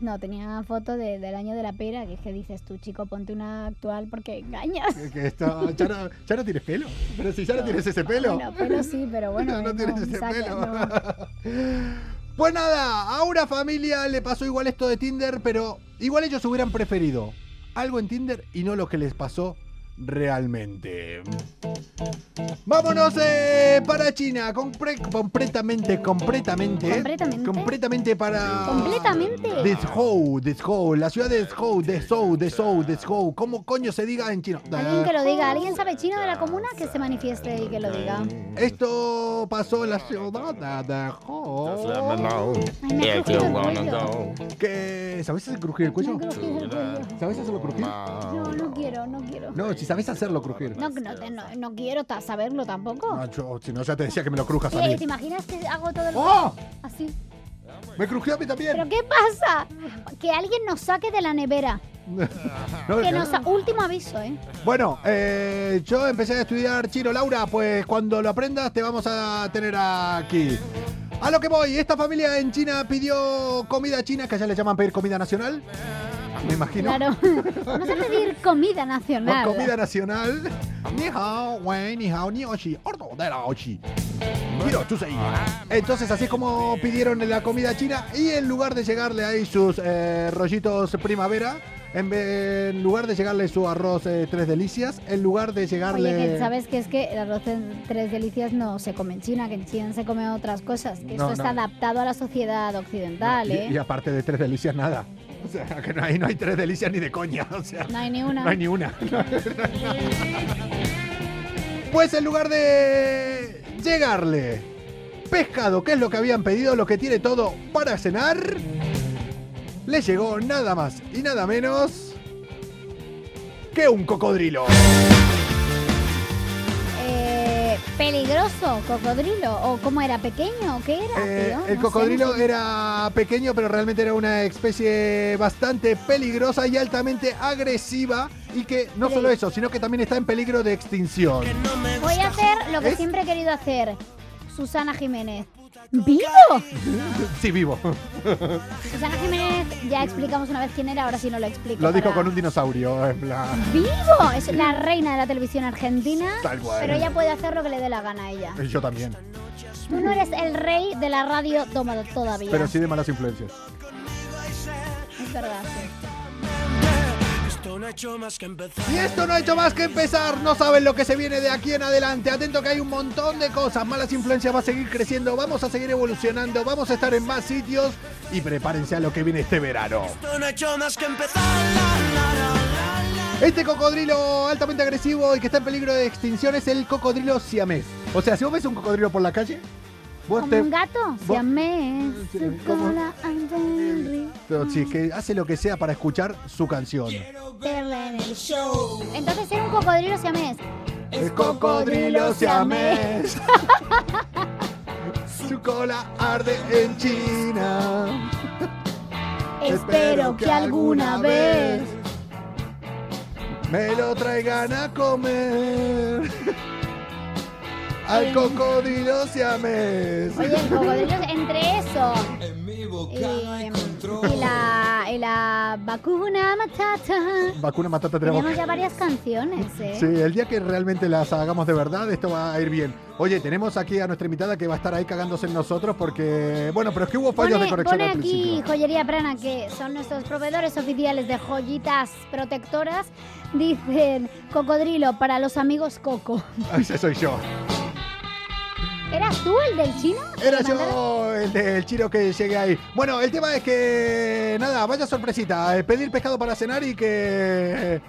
No, tenía foto de- del año de la pera, que es que dices tú, chico, ponte una actual porque engañas.
que- Que estaba, ya, no, ya no tienes pelo. Pero si ya no tienes ese pelo.
Bueno, pelo sí, pero bueno.
no,
eh,
tienes ese
saca-
pelo.
no.
Pues nada, a una familia le pasó igual esto de Tinder, pero igual ellos hubieran preferido algo en Tinder y no lo que les pasó realmente. Vámonos eh, para China, compre- completamente, completamente,
¿Completamente?
completamente para
Completamente.
de Zhou, de Zhou, la ciudad de Zhou, de Zhou, de Zhou, de Zhou, ¿cómo coño se diga en chino?
Alguien que lo diga, alguien sabe chino de la comuna que se manifieste y que lo diga.
Esto pasó en la ciudad de Zhou.
Ay, me ha crujido el cuello.
Que, ¿Sabes hacer crujir el
Me ha
cuello?
crujido el cuello.
¿Sabes hacerlo crujir?
No, no quiero, no quiero.
No, si sabes hacerlo crujir.
No, no, te- no, no quiero ta- saberlo tampoco.
No, yo- si no, ya te decía que me lo crujas a
Eh,
mí.
¿Te imaginas que hago todo el...
¡Oh!
así?
Me crujió a mí también.
¿Pero qué pasa? Que alguien nos saque de la nevera.
No,
Que
no.
nos... sa- Último aviso, ¿eh?
Bueno, eh, yo empecé a estudiar chino, Laura. Pues cuando lo aprendas te vamos a tener aquí. A lo que voy, esta familia en China pidió comida china, que allá le llaman pedir comida nacional. Me imagino.
Claro. Vamos a pedir comida nacional.
Con comida nacional. Ni hao, wei, ni hao, ni oshi, ordo de la oshi. Miro, chusei. Entonces, así es como pidieron la comida china. Y en lugar de llegarle ahí sus eh, rollitos primavera, en, ve- en lugar de llegarle su arroz eh, tres delicias, en lugar de
Oye,
llegarle.
que sabes que es que el arroz en tres delicias no se come en China, que en China se come otras cosas. Que
No,
esto está
no.
adaptado a la sociedad occidental,
y,
¿eh?
y aparte de tres delicias, nada. O sea, que no hay, no hay tres delicias ni de coña. O sea.
No hay ni una.
No hay ni una. pues en lugar de llegarle pescado, que es lo que habían pedido, lo que tiene todo para cenar, le llegó nada más y nada menos que un cocodrilo.
Eh, peligroso, cocodrilo. ¿O cómo era? ¿Pequeño? ¿Qué era?
Eh,
tío?
el
No
cocodrilo
sé, no sé.
era pequeño, pero realmente era una especie bastante peligrosa y altamente agresiva. Y que no
Sí.
solo eso, sino que también está en peligro de extinción.
Voy a hacer lo que
¿Es?
siempre he querido hacer. Susana Jiménez. ¿Vivo?
Sí, vivo.
Susana Jiménez, ya explicamos una vez quién era, ahora sí no lo explico.
Lo dijo
para-
con un dinosaurio, en plan.
¡Vivo! Es la reina de la televisión argentina.
Tal cual.
Pero ella puede hacer lo que le dé la gana a ella.
Yo también.
Tú no eres el rey de la radio tomado todavía.
Pero sí de malas influencias.
Es verdad, sí.
Y esto no ha hecho más que empezar. No saben lo que se viene de aquí en adelante. Atento que hay un montón de cosas. Malas influencias va a seguir creciendo. Vamos a seguir evolucionando. Vamos a estar en más sitios. Y prepárense a lo que viene este verano. Este cocodrilo altamente agresivo y que está en peligro de extinción es el cocodrilo siamés. O sea, si vos ves un cocodrilo por la calle, vos
Como
te.
un gato,
vos-
siamés,
Sí,
su
como-
cola anda en río.
Pero sí, que hace lo que sea para escuchar su canción.
verla en el show. Entonces era un cocodrilo siamés.
El cocodrilo siamés. Su cola arde en China.
Espero que alguna vez
me lo traigan a comer. Al
El-
cocodrilo siamés.
Oye, el cocodrilo, entre eso Em, y, y la, y la vacuna matata.
Vacuna matata tenemos.
Tenemos ya varias canciones, ¿eh?
Sí, el día que realmente las hagamos de verdad, esto va a ir bien. Oye, tenemos aquí a nuestra invitada que va a estar ahí cagándose en nosotros porque, bueno, pero es que hubo fallos de
Pone,
conexión
pone
al
aquí
principio.
Joyería Prana, que son nuestros proveedores oficiales de joyitas protectoras. Dicen cocodrilo para los amigos Coco.
Ah, Ese soy yo.
¿Eras tú el del chino?
Era
¿Que mandaron?
yo el, del chino que llegué ahí. Bueno, el tema es que, nada, vaya sorpresita. eh, Pedir pescado para cenar y que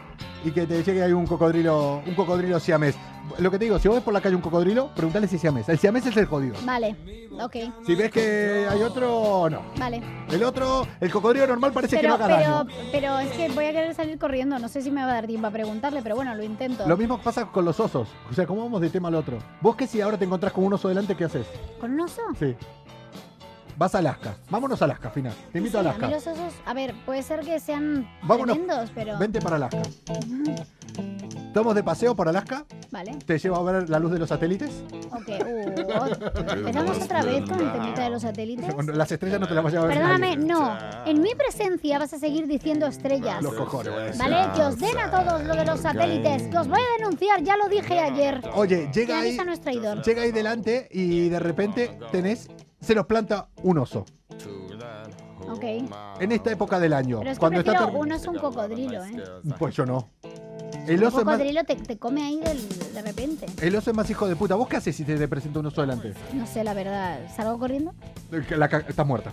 y que te llegue ahí un cocodrilo, un cocodrilo siamés. Lo que te digo, si vos ves por la calle un cocodrilo, pregúntale si es siamés. El siamés es el jodido.
Vale, ok,
Si ves que hay otro, no.
vale.
El otro, Este el cocodrilo normal parece que no
Pero,
haga
pero,
daño.
pero es que voy a querer salir corriendo. No sé si me va a dar tiempo a preguntarle, pero bueno, lo intento.
Lo mismo pasa con los osos. O sea, ¿cómo vamos de tema al otro? Vos que si ahora te encontrás con un oso delante, ¿qué haces?
¿Con un oso?
Sí. Vas a Alaska. Vámonos a Alaska, Fina. Te invito a
No sé, mí
Alaska.
los osos, a ver, puede ser que sean
Vámonos.
tremendos, pero...
Vente para Alaska. Estamos de paseo por Alaska.
Vale,
Te llevo a ver la luz de los satélites.
ok. Uh, empezamos otra vez con el temita de los satélites.
Bueno, Las estrellas no te las vas a llevar.
Perdóname,
nadie.
no. En mi presencia vas a seguir diciendo estrellas.
Los cojones.
¿Vale? Que os den a todos lo de los satélites. Que os voy a denunciar, ya lo dije ayer.
Oye, llega ahí,
Yanisa no es traidor.
llega ahí delante y de repente tenés, se los planta un oso.
Ok.
En esta época del año.
Pero es que
cuando está
prefiero
ter-
uno es un cocodrilo, ¿eh?
Pues yo no. El
Un
oso, es más,
cocodrilo te, te come ahí del- de repente.
el oso es más hijo de puta. ¿Vos qué haces si te, te presenta un oso delante?
No sé, la verdad. ¿Salgo corriendo?
La ca- estás muerta.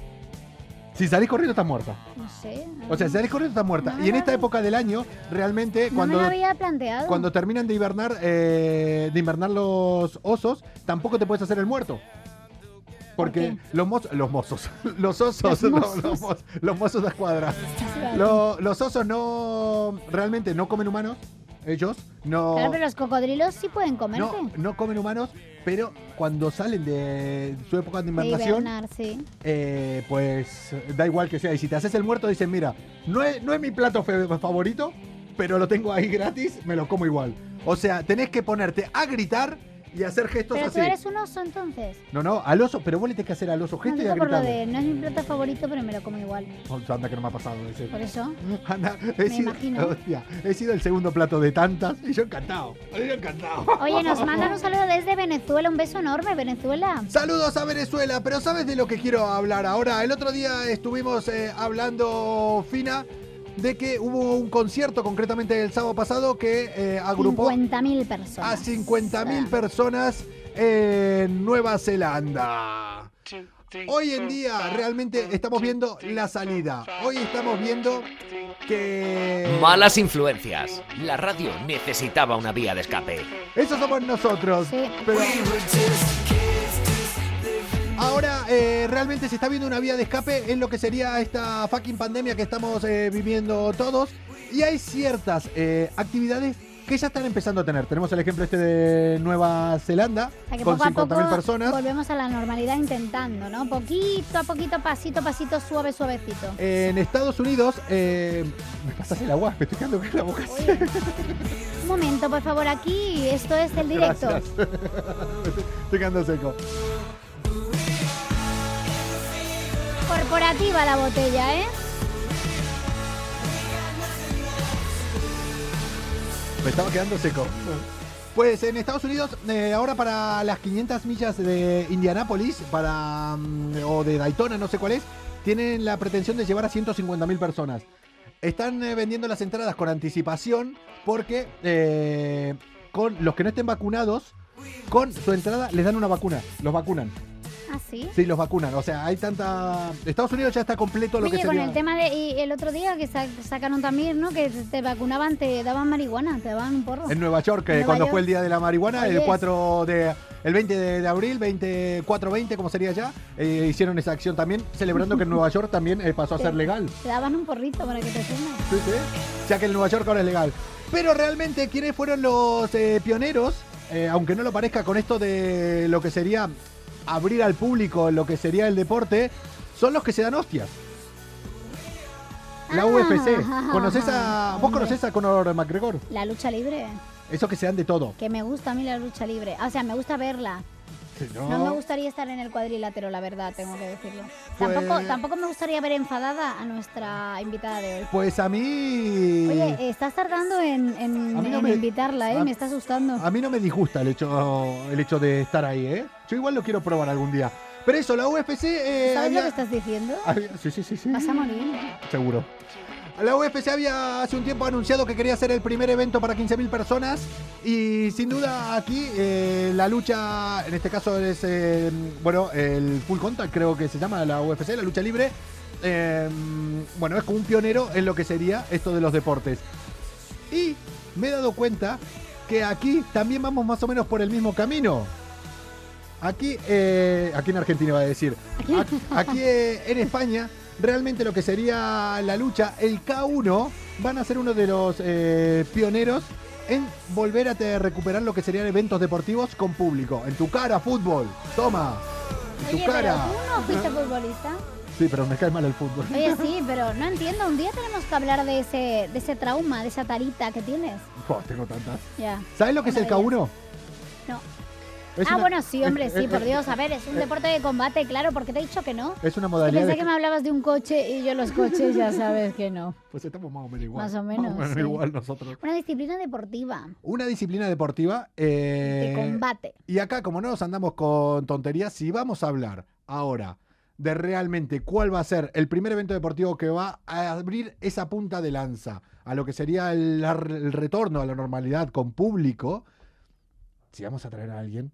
Si salís corriendo, estás muerta.
No sé.
O sea, si salís corriendo, estás muerta.
No,
Y en esta
no.
época del año, realmente,
no
cuando,
me lo había planteado.
cuando terminan de hibernar, eh, de hibernar los osos, tampoco te puedes hacer el muerto. Porque
¿Por
los, mozos, los mozos, los osos,
Los
no,
mozos.
los, mozos, los mozos de la cuadra.
Claro,
Lo- los osos no, realmente no comen humanos, ellos, no,
Claro, pero los cocodrilos sí pueden
no,
comerte.
no comen humanos, pero cuando salen de su época de
de
invernación,
hibernar, sí.
eh, pues da igual que sea. Y si te haces el muerto, dicen, mira, no es, no es mi plato fe- favorito, pero lo tengo ahí gratis, me lo como igual. O sea, tenés que ponerte a gritar y hacer gestos
Pero
así.
tú eres un oso entonces.
No, no, al oso, pero vos le tenés que hacer al oso
No
gesto y a
digo por lo
gritar.
de no es mi plato favorito, pero me lo como igual.
Anda que no me ha pasado ese.
Por eso.
Anda, he,
Me
sido,
imagino.
hostia, he sido el segundo plato de tantas y yo encantado. Yo encantado.
Oye, nos mandan un saludo desde Venezuela. Un beso enorme, Venezuela.
Saludos a Venezuela, pero ¿sabes de lo que quiero hablar ahora? El otro día estuvimos eh, hablando, Fina, de que hubo un concierto, concretamente el sábado pasado, que eh, agrupó
50.000 personas.
a 50.000
personas.
personas en Nueva Zelanda. Hoy en día realmente estamos viendo la salida. Hoy estamos viendo que...
Malas influencias. La radio necesitaba una vía de escape.
Eso somos nosotros.
Sí.
Pero ahora eh, realmente se está viendo una vía de escape en lo que sería esta fucking pandemia que estamos eh, viviendo todos. Y hay ciertas eh, actividades que ya están empezando a tener. Tenemos el ejemplo este de Nueva Zelanda,
O sea que
con
poco a poco
50.000 personas.
volvemos a la normalidad intentando, ¿no? Poquito a poquito, pasito a pasito, suave, suavecito.
En Estados Unidos, eh, me pasas el agua, me estoy quedando con la boca.
Oye, un momento, por favor, aquí. Esto es el directo.
Gracias. estoy quedando seco.
Corporativa la botella, ¿eh?
Me estaba quedando seco. Pues en Estados Unidos, eh, ahora para las 500 millas de Indianápolis, para mm, o de Daytona, no sé cuál es, tienen la pretensión de llevar a 150.000 personas. Están eh, vendiendo las entradas con anticipación porque eh, con los que no estén vacunados, con su entrada les dan una vacuna, los vacunan.
¿Ah, sí?
Sí, los vacunan. O sea, hay tanta... Estados Unidos ya está completo lo
Oye,
que
con
sería...
el tema de y el otro día que sa- sacaron también, ¿no? Que te vacunaban, te daban marihuana, te daban un porro.
En Nueva York, eh,
Nueva
cuando
York.
fue el día de la marihuana,
Oye.
el 4 de. El 20 de, de abril, 24-20, como sería ya, eh, hicieron esa acción también, celebrando que en Nueva York también eh, pasó a ser legal.
Te daban un porrito para que te fumes.
Sí, sí. Ya que en Nueva York ahora es legal. Pero realmente, ¿quiénes fueron los eh, pioneros? Eh, aunque no lo parezca con esto de lo que sería abrir al público lo que sería el deporte, son los que se dan hostias. La
Ah,
UFC. ¿Conoces a. ¿Vos
hombre.
conocés a Conor McGregor?
La lucha libre,
Esos que se dan de todo.
que me gusta a mí la lucha libre. O sea, me gusta verla.
Si
No me gustaría estar en el cuadrilátero, la verdad, tengo que decirlo.
Oh. Pues-
Tampoco, tampoco me gustaría ver enfadada a nuestra invitada de hoy.
Pues a mí.
Oye, eh, estás tardando en, en-
Mm. A mí no
en
me-
invitarla, ¿eh?
a-
me está asustando.
A mí no me disgusta el hecho, el hecho de estar ahí, ¿eh? Yo igual lo quiero probar algún día. Pero eso, la UFC. eh,
¿Sabes lo
había-
que estás diciendo?
había- sí, sí, sí, sí.
Vas a morir.
Seguro. La UFC había hace un tiempo anunciado que quería hacer el primer evento para 15.000 personas y sin duda aquí eh, la lucha, en este caso es, eh, bueno, el full contact creo que se llama la UFC, la lucha libre, eh, bueno, es como un pionero en lo que sería esto de los deportes. Y me he dado cuenta que aquí también vamos más o menos por el mismo camino. Aquí, eh, aquí en Argentina va a decir.
Aquí.
Aquí, aquí, eh, en España, realmente lo que sería la lucha, el K1, van a ser uno de los eh, pioneros en volver a te- recuperar lo que serían eventos deportivos con público. En tu cara, fútbol. Toma. En
Oye,
tu
pero
cara.
tú no fuiste futbolista.
Sí, pero me cae mal el fútbol.
Oye, sí, pero no entiendo. Un día tenemos que hablar de ese, de ese trauma, de esa tarita que tienes.
Oh, tengo tantas.
Ya.
¿Sabes lo que es el K1?
No.
Es
ah,
una-
bueno, sí, hombre,
es-
sí,
es-
por Dios. A ver, es un deporte de combate, claro, porque te he dicho que no.
Es una
Yo
modalidad.
pensé
de-
que me hablabas de un coche y yo los coches ya sabes que no.
Pues estamos más o menos igual.
Más o menos, sí.
igual nosotros.
Una disciplina deportiva
Una disciplina deportiva.
de
eh,
combate.
Y acá, como no nos andamos con tonterías, si vamos a hablar ahora de realmente cuál va a ser el primer evento deportivo que va a abrir esa punta de lanza a lo que sería el, la- el retorno a la normalidad con público, si vamos a traer a alguien,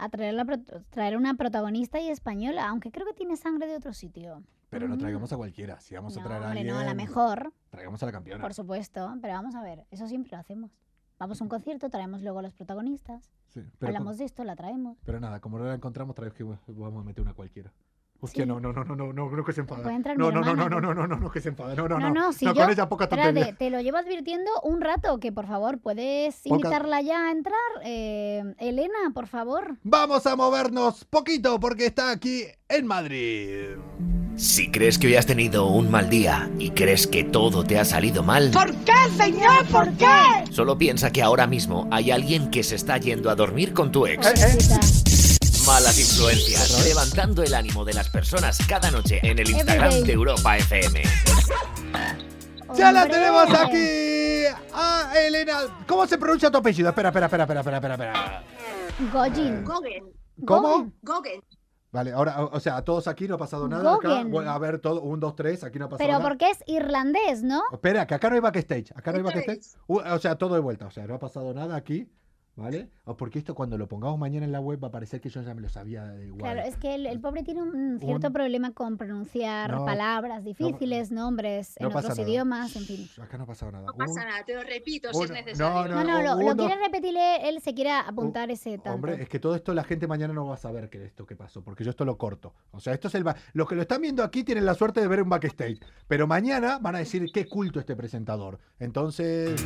A traer, la pro- traer una protagonista y española, aunque creo que tiene sangre de otro sitio.
pero no
Mm.
traigamos a cualquiera, si vamos a
No,
traer a
hombre,
alguien,
no, a la mejor,
traigamos a la campeona.
por supuesto. Pero vamos a ver, eso siempre lo hacemos. Vamos a un concierto, traemos luego a los protagonistas.
Sí, pero,
hablamos de esto, la traemos.
pero nada, como no la encontramos, traemos que vamos a meter una cualquiera. Hostia,
Sí.
no, no, no, no, no, no, no, que se enfada.
Puede entrar mi
no, no, no, no,
hermana,
no,
que-
no, no, no, no, que se enfada. No, no,
No,
no.
no, si yo-
con ella poca tontería.
Espérate, te lo llevo advirtiendo un rato, que por favor, ¿puedes
Poca-
invitarla ya a entrar? Eh, Elena, por favor.
Vamos a movernos poquito porque está aquí en Madrid.
Si crees que hoy has tenido un mal día y crees que todo te ha salido mal,
¿Por qué, señor? ¿Por qué?
solo piensa que ahora mismo hay alguien que se está yendo a dormir con tu
Eh,
ex.
Pobrecita.
Malas influencias, levantando el ánimo de las personas cada noche en el Instagram
Everyday.
de Europa FM.
Ya la
Hombre.
tenemos aquí a Elena. ¿Cómo se pronuncia tu apellido? Espera, espera, espera, espera, espera, espera, espera.
Gojin.
Gogen,
¿Cómo?
Gogen.
Vale, ahora, o o sea, a todos aquí no ha pasado nada. acá.
Gogen.
Bueno, a ver, todo, un, dos, tres, aquí no ha pasado
Pero
nada.
porque es irlandés, ¿no?
Espera, que acá no hay backstage. Acá no hay
Otra
backstage.
vez.
U- O sea, todo de vuelta. O sea, no ha pasado nada aquí. ¿Vale? O Porque esto cuando lo pongamos mañana en la web va a parecer que yo ya me lo sabía de igual.
Claro, es que el, el pobre tiene un cierto
Un-
problema con pronunciar
No,
palabras difíciles, nombres
no
en
pasa
otros
nada.
idiomas, en fin.
Shh, Acá no ha pasado nada.
No pasa
Un-
nada, te lo repito si
uno-
es necesario.
No, no, lo, lo
uno-
quiere repetir eh, él, se quiere apuntar ese tanto.
Oh, Hombre, es que todo esto la gente mañana no va a saber que esto que pasó, porque yo esto lo corto. O sea, esto es el ba- los que lo están viendo aquí tienen la suerte de ver un backstage, pero mañana van a decir qué culto este presentador. Entonces,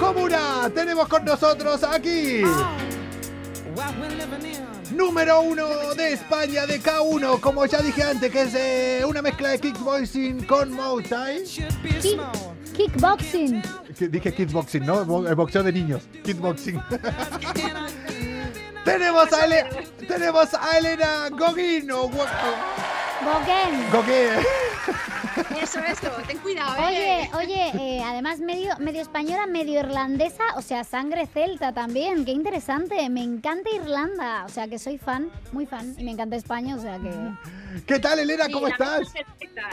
Comuna, tenemos con nosotros aquí número uno de España de K1, como ya dije antes, que es eh, una mezcla de kickboxing con Muay Thai.
Kick- kickboxing.
Que Dije kickboxing, ¿no? Bo- eh, Boxeo de niños. Kickboxing. tenemos, a Ele- tenemos a Elena Gogin. o Go- o-
Bogen.
Gogin.
Eso, eso, ten cuidado,
Oye,
¿eh?
oye, eh, además medio, medio española, medio irlandesa, o sea, sangre celta también. Qué interesante. Me encanta Irlanda. O sea, que soy fan, muy fan. Y me encanta España, o sea que.
¿Qué tal, Elena?
Sí,
¿Cómo
la mezcla
estás?
es perfecta.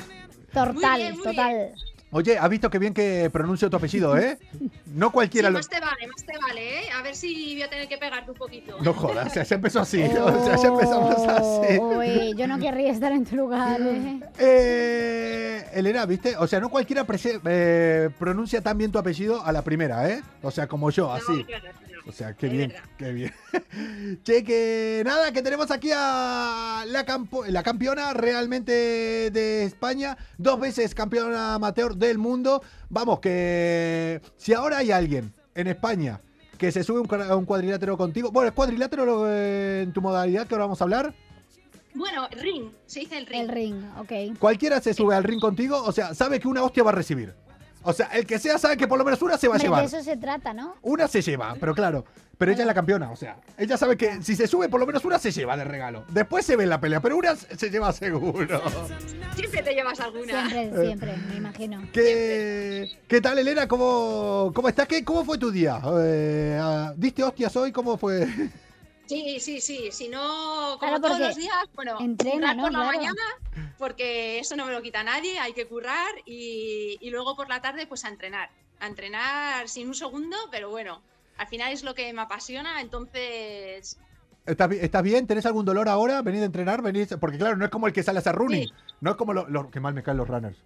Total,
bien, muy
total.
Oye, has visto qué bien que pronuncio tu apellido, ¿eh? No cualquiera
Sí,
lo.
más te vale, más te vale, ¿eh? A ver si voy a tener que pegarte un poquito.
No jodas, o sea, ya empezó así. O sea, ya empezamos así.
Oh, uy, yo no querría estar en tu lugar.
Mm.
eh.
Eh, Elena, ¿viste? O sea, no cualquiera prese- eh, pronuncia tan bien tu apellido a la primera, ¿eh? O sea, como yo,
No,
así.
claro, claro.
O sea, qué
Es
bien,
verdad.
qué bien. Che, que nada, que tenemos aquí a la, campo- la campeona realmente de España, dos veces campeona amateur del mundo. Vamos, que si ahora hay alguien en España que se sube a un cua- a un cuadrilátero contigo, bueno, ¿es cuadrilátero lo- eh, en tu modalidad que ahora vamos a hablar?
Bueno, ring, se dice el ring.
El ring, ok.
Cualquiera se sube al ring contigo, o sea, sabe que una hostia va a recibir. O sea, el que sea sabe que por lo menos una se va a
Hombre,
llevar.
de eso se trata, ¿no?
Una se lleva, pero claro. Pero ella es la campeona, o sea, ella sabe que si se sube, por lo menos una se lleva de regalo. Después se ve la pelea, pero una se lleva seguro.
Siempre te llevas alguna.
Eh.
Siempre, siempre, me imagino.
¿Qué, qué tal, Elena? ¿Cómo, cómo estás? ¿Qué, ¿Cómo fue tu día? Eh, ah, ¿Diste hostias hoy? ¿Cómo fue?
Sí, sí, sí. Si no, como
Claro,
todos
porque
los días, bueno,
entrena,
currar
¿no?
por la
Claro.
mañana, porque eso no me lo quita nadie, hay que currar y, y luego por la tarde, pues a entrenar. A entrenar sin un segundo, pero bueno, al final es lo que me apasiona, entonces.
¿Estás, bi- estás bien? ¿Tenés algún dolor ahora? ¿Venís a entrenar? ¿Venís? Porque claro, no es como el que sale a hacer running.
Sí.
No es como los... que mal me caen los runners.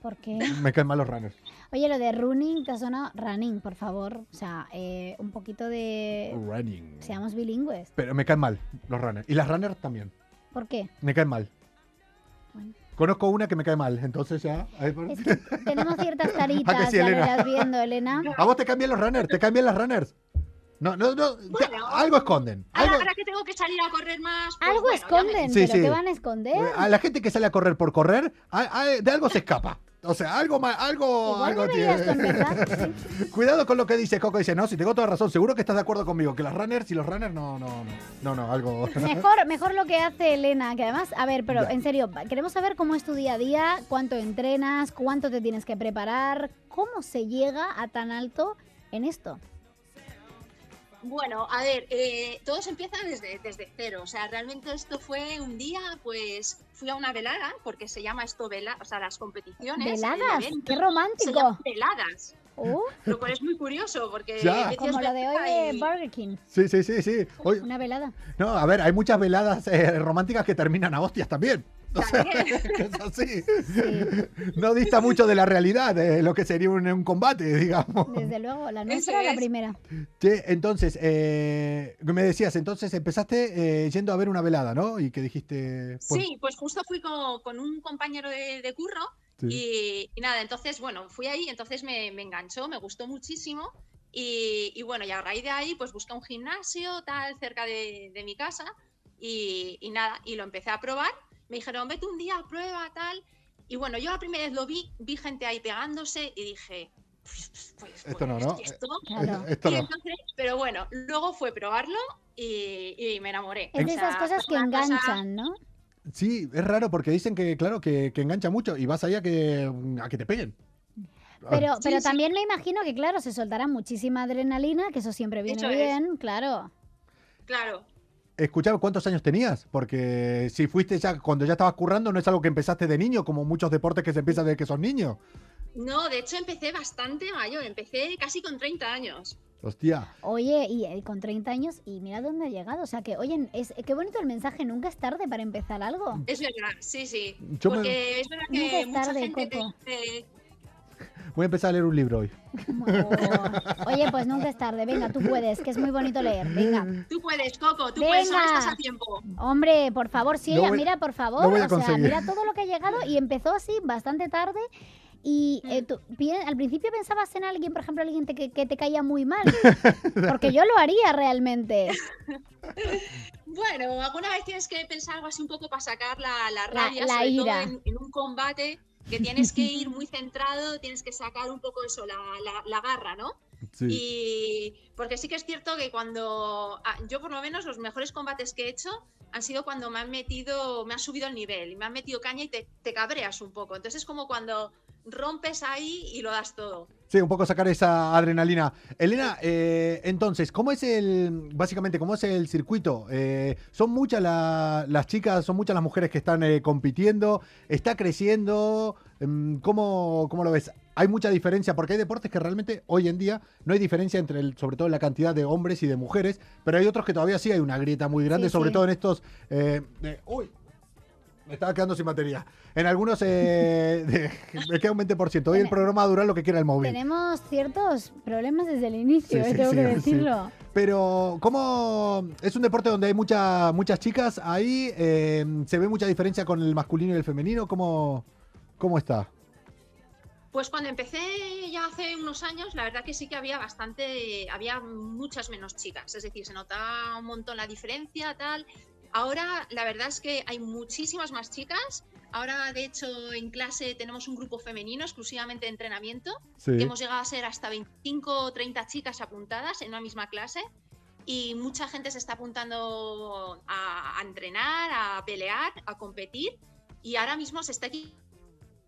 ¿Por qué?
Me caen mal los runners.
Oye, lo de running, ¿te ha sonado? Running, por favor. O sea, eh, un poquito de...
Running.
Seamos bilingües.
Pero me caen mal los runners. Y las runners también.
¿Por qué?
Me caen mal.
Bueno.
Conozco una que me cae mal, entonces ya. ahí por-
Es que tenemos ciertas
¿A que
taritas,
sí,
ya lo
Elena?
irás viendo, Elena.
A vos te cambian los runners, te cambian las runners. No, no, no. te-
Bueno.
algo esconden.
Ahora,
Algo,
ahora que tengo que salir a correr más. pues
Algo
bueno, ya me-
esconden,
Sí,
pero
sí.
¿qué van a esconder?
eh, a la gente que sale a correr por correr, a- a- de algo se escapa. O sea, algo ma- algo,
Igual
algo
deberías
tiene.
confesar,
Cuidado con lo que dice Coco. Dice, no, si tengo toda razón, seguro que estás de acuerdo conmigo. Que las runners y los runners, no, no, no. No, no, algo.
Mejor, mejor lo que hace Elena, que además, a ver, pero
Ya.
en serio, queremos saber cómo es tu día a día, cuánto entrenas, cuánto te tienes que preparar, cómo se llega a tan alto en esto.
Bueno, a ver, eh, todos empiezan desde, desde cero. O sea, realmente esto fue un día, pues fui a una velada, porque se llama esto velada, o sea, las competiciones. el
Veladas,
evento,
qué
Se llaman
romántico.
veladas,
Uh,
lo cual es muy curioso, porque
Ya.
decías
como lo de hoy
velada
de
y-
Burger King,
Sí, sí, sí, sí. Oye,
una velada.
no, a ver, hay muchas veladas eh, románticas que terminan a hostias también. O sea,
también.
es así. No dista mucho de la realidad, eh, lo que sería un, un combate, digamos.
Desde luego, la
Ese
nuestra, la
es.
primera.
Che, entonces, eh, me decías, entonces empezaste eh, yendo a ver una velada, ¿no? Y que dijiste. pues,
Sí, pues justo fui con, con un compañero de, de curro
sí.
y, y nada, entonces, bueno, fui ahí, entonces me, me enganchó, me gustó muchísimo y, y bueno, y a raíz de ahí pues busqué un gimnasio tal cerca de, de mi casa y, y nada, y lo empecé a probar. Me dijeron, vete un día, prueba tal. Y bueno, yo la primera vez lo vi, vi gente ahí pegándose y dije, pues, pues, pues,
Esto no,
es
¿no? Eh,
que esto-
Claro.
Esto
y
no.
entonces, pero bueno, luego fue probarlo y, y me enamoré.
Es de
O sea,
esas cosas
fue
que
una cosa-
enganchan, ¿no?
Sí, es raro porque dicen que, claro, que, que engancha mucho y vas ahí a que, mm, a que te peguen. Ah,
Pero,
Sí,
pero
sí.
también me imagino que, claro, se soltará muchísima adrenalina, que eso siempre viene
Eso es.
bien, claro.
Claro.
Escuchaba cuántos años tenías, porque si fuiste ya cuando ya estabas currando, no es algo que empezaste de niño, como muchos deportes que se empiezan desde que sos niño.
No, de hecho empecé bastante mayor, empecé casi con 30 años.
Hostia.
Oye, y eh, con 30 años, y mira dónde ha llegado. O sea, que, oye, es, qué bonito el mensaje, nunca es tarde para empezar algo.
Es verdad, sí, sí.
Yo me-
Porque es verdad
Nunca
que
es
mucha
tarde,
gente te
Coco.
dice,
Voy a empezar a leer un libro hoy.
Como, oh, Oye, pues nunca es tarde, venga, tú puedes, que es muy bonito leer,
Mm.
venga.
tú puedes, Coco, tú puedes, ahora
Venga.
estás a tiempo.
Hombre, por favor, si
Lo
ella,
voy-
mira, por favor,
lo voy a
o sea,
conseguir.
mira todo lo que ha llegado y empezó así bastante tarde. Y eh,
Mm.
tú pi- al principio pensabas en alguien, por ejemplo, alguien te- que, que te caía muy mal. Porque yo lo haría realmente.
Bueno, alguna vez tienes que pensar algo así un poco para sacar la,
La-
la rabia,
la
sobre
ira.
todo en, en un combate que tienes que ir muy centrado, tienes que sacar un poco eso, la, la- la garra, ¿no?
Sí.
Y porque sí que es cierto que cuando ah, yo por lo menos los mejores combates que he hecho han sido cuando me han metido, me han subido el nivel y me han metido caña y te, te cabreas un poco. Entonces es como cuando rompes ahí y lo das todo.
Sí, un poco sacar esa adrenalina. Elena, eh, entonces, ¿cómo es el, básicamente, cómo es el circuito? Eh, son muchas la- las chicas, son muchas las mujeres que están eh, compitiendo, está creciendo, Em, ¿cómo, ¿cómo lo ves? Hay mucha diferencia, porque hay deportes que realmente hoy en día no hay diferencia entre, el, sobre todo, la cantidad de hombres y de mujeres, pero hay otros que todavía sí hay una grieta muy grande,
Sí,
sobre
sí.
todo en estos... eh, de- uy, me estaba quedando sin batería. En algunos eh, de- me queda un 20%. Hoy el
Tene-
programa dura lo que quiera el móvil.
Tenemos ciertos problemas desde el inicio,
Sí,
eh,
sí,
tengo
sí,
que
sí.
decirlo.
Pero, ¿cómo es un deporte donde hay mucha- muchas chicas ahí? eh, ¿Se ve mucha diferencia con el masculino y el femenino? ¿Cómo, cómo está?
Pues cuando empecé ya hace unos años, la verdad que sí que había bastante, había muchas menos chicas, es decir, se notaba un montón la diferencia, tal. Ahora la verdad es que hay muchísimas más chicas. Ahora, de hecho, en clase tenemos un grupo femenino exclusivamente de entrenamiento.
Sí.
que hemos llegado a ser hasta 25 o 30 chicas apuntadas en una misma clase y mucha gente se está apuntando a, a entrenar, a pelear, a competir y ahora mismo se está equi-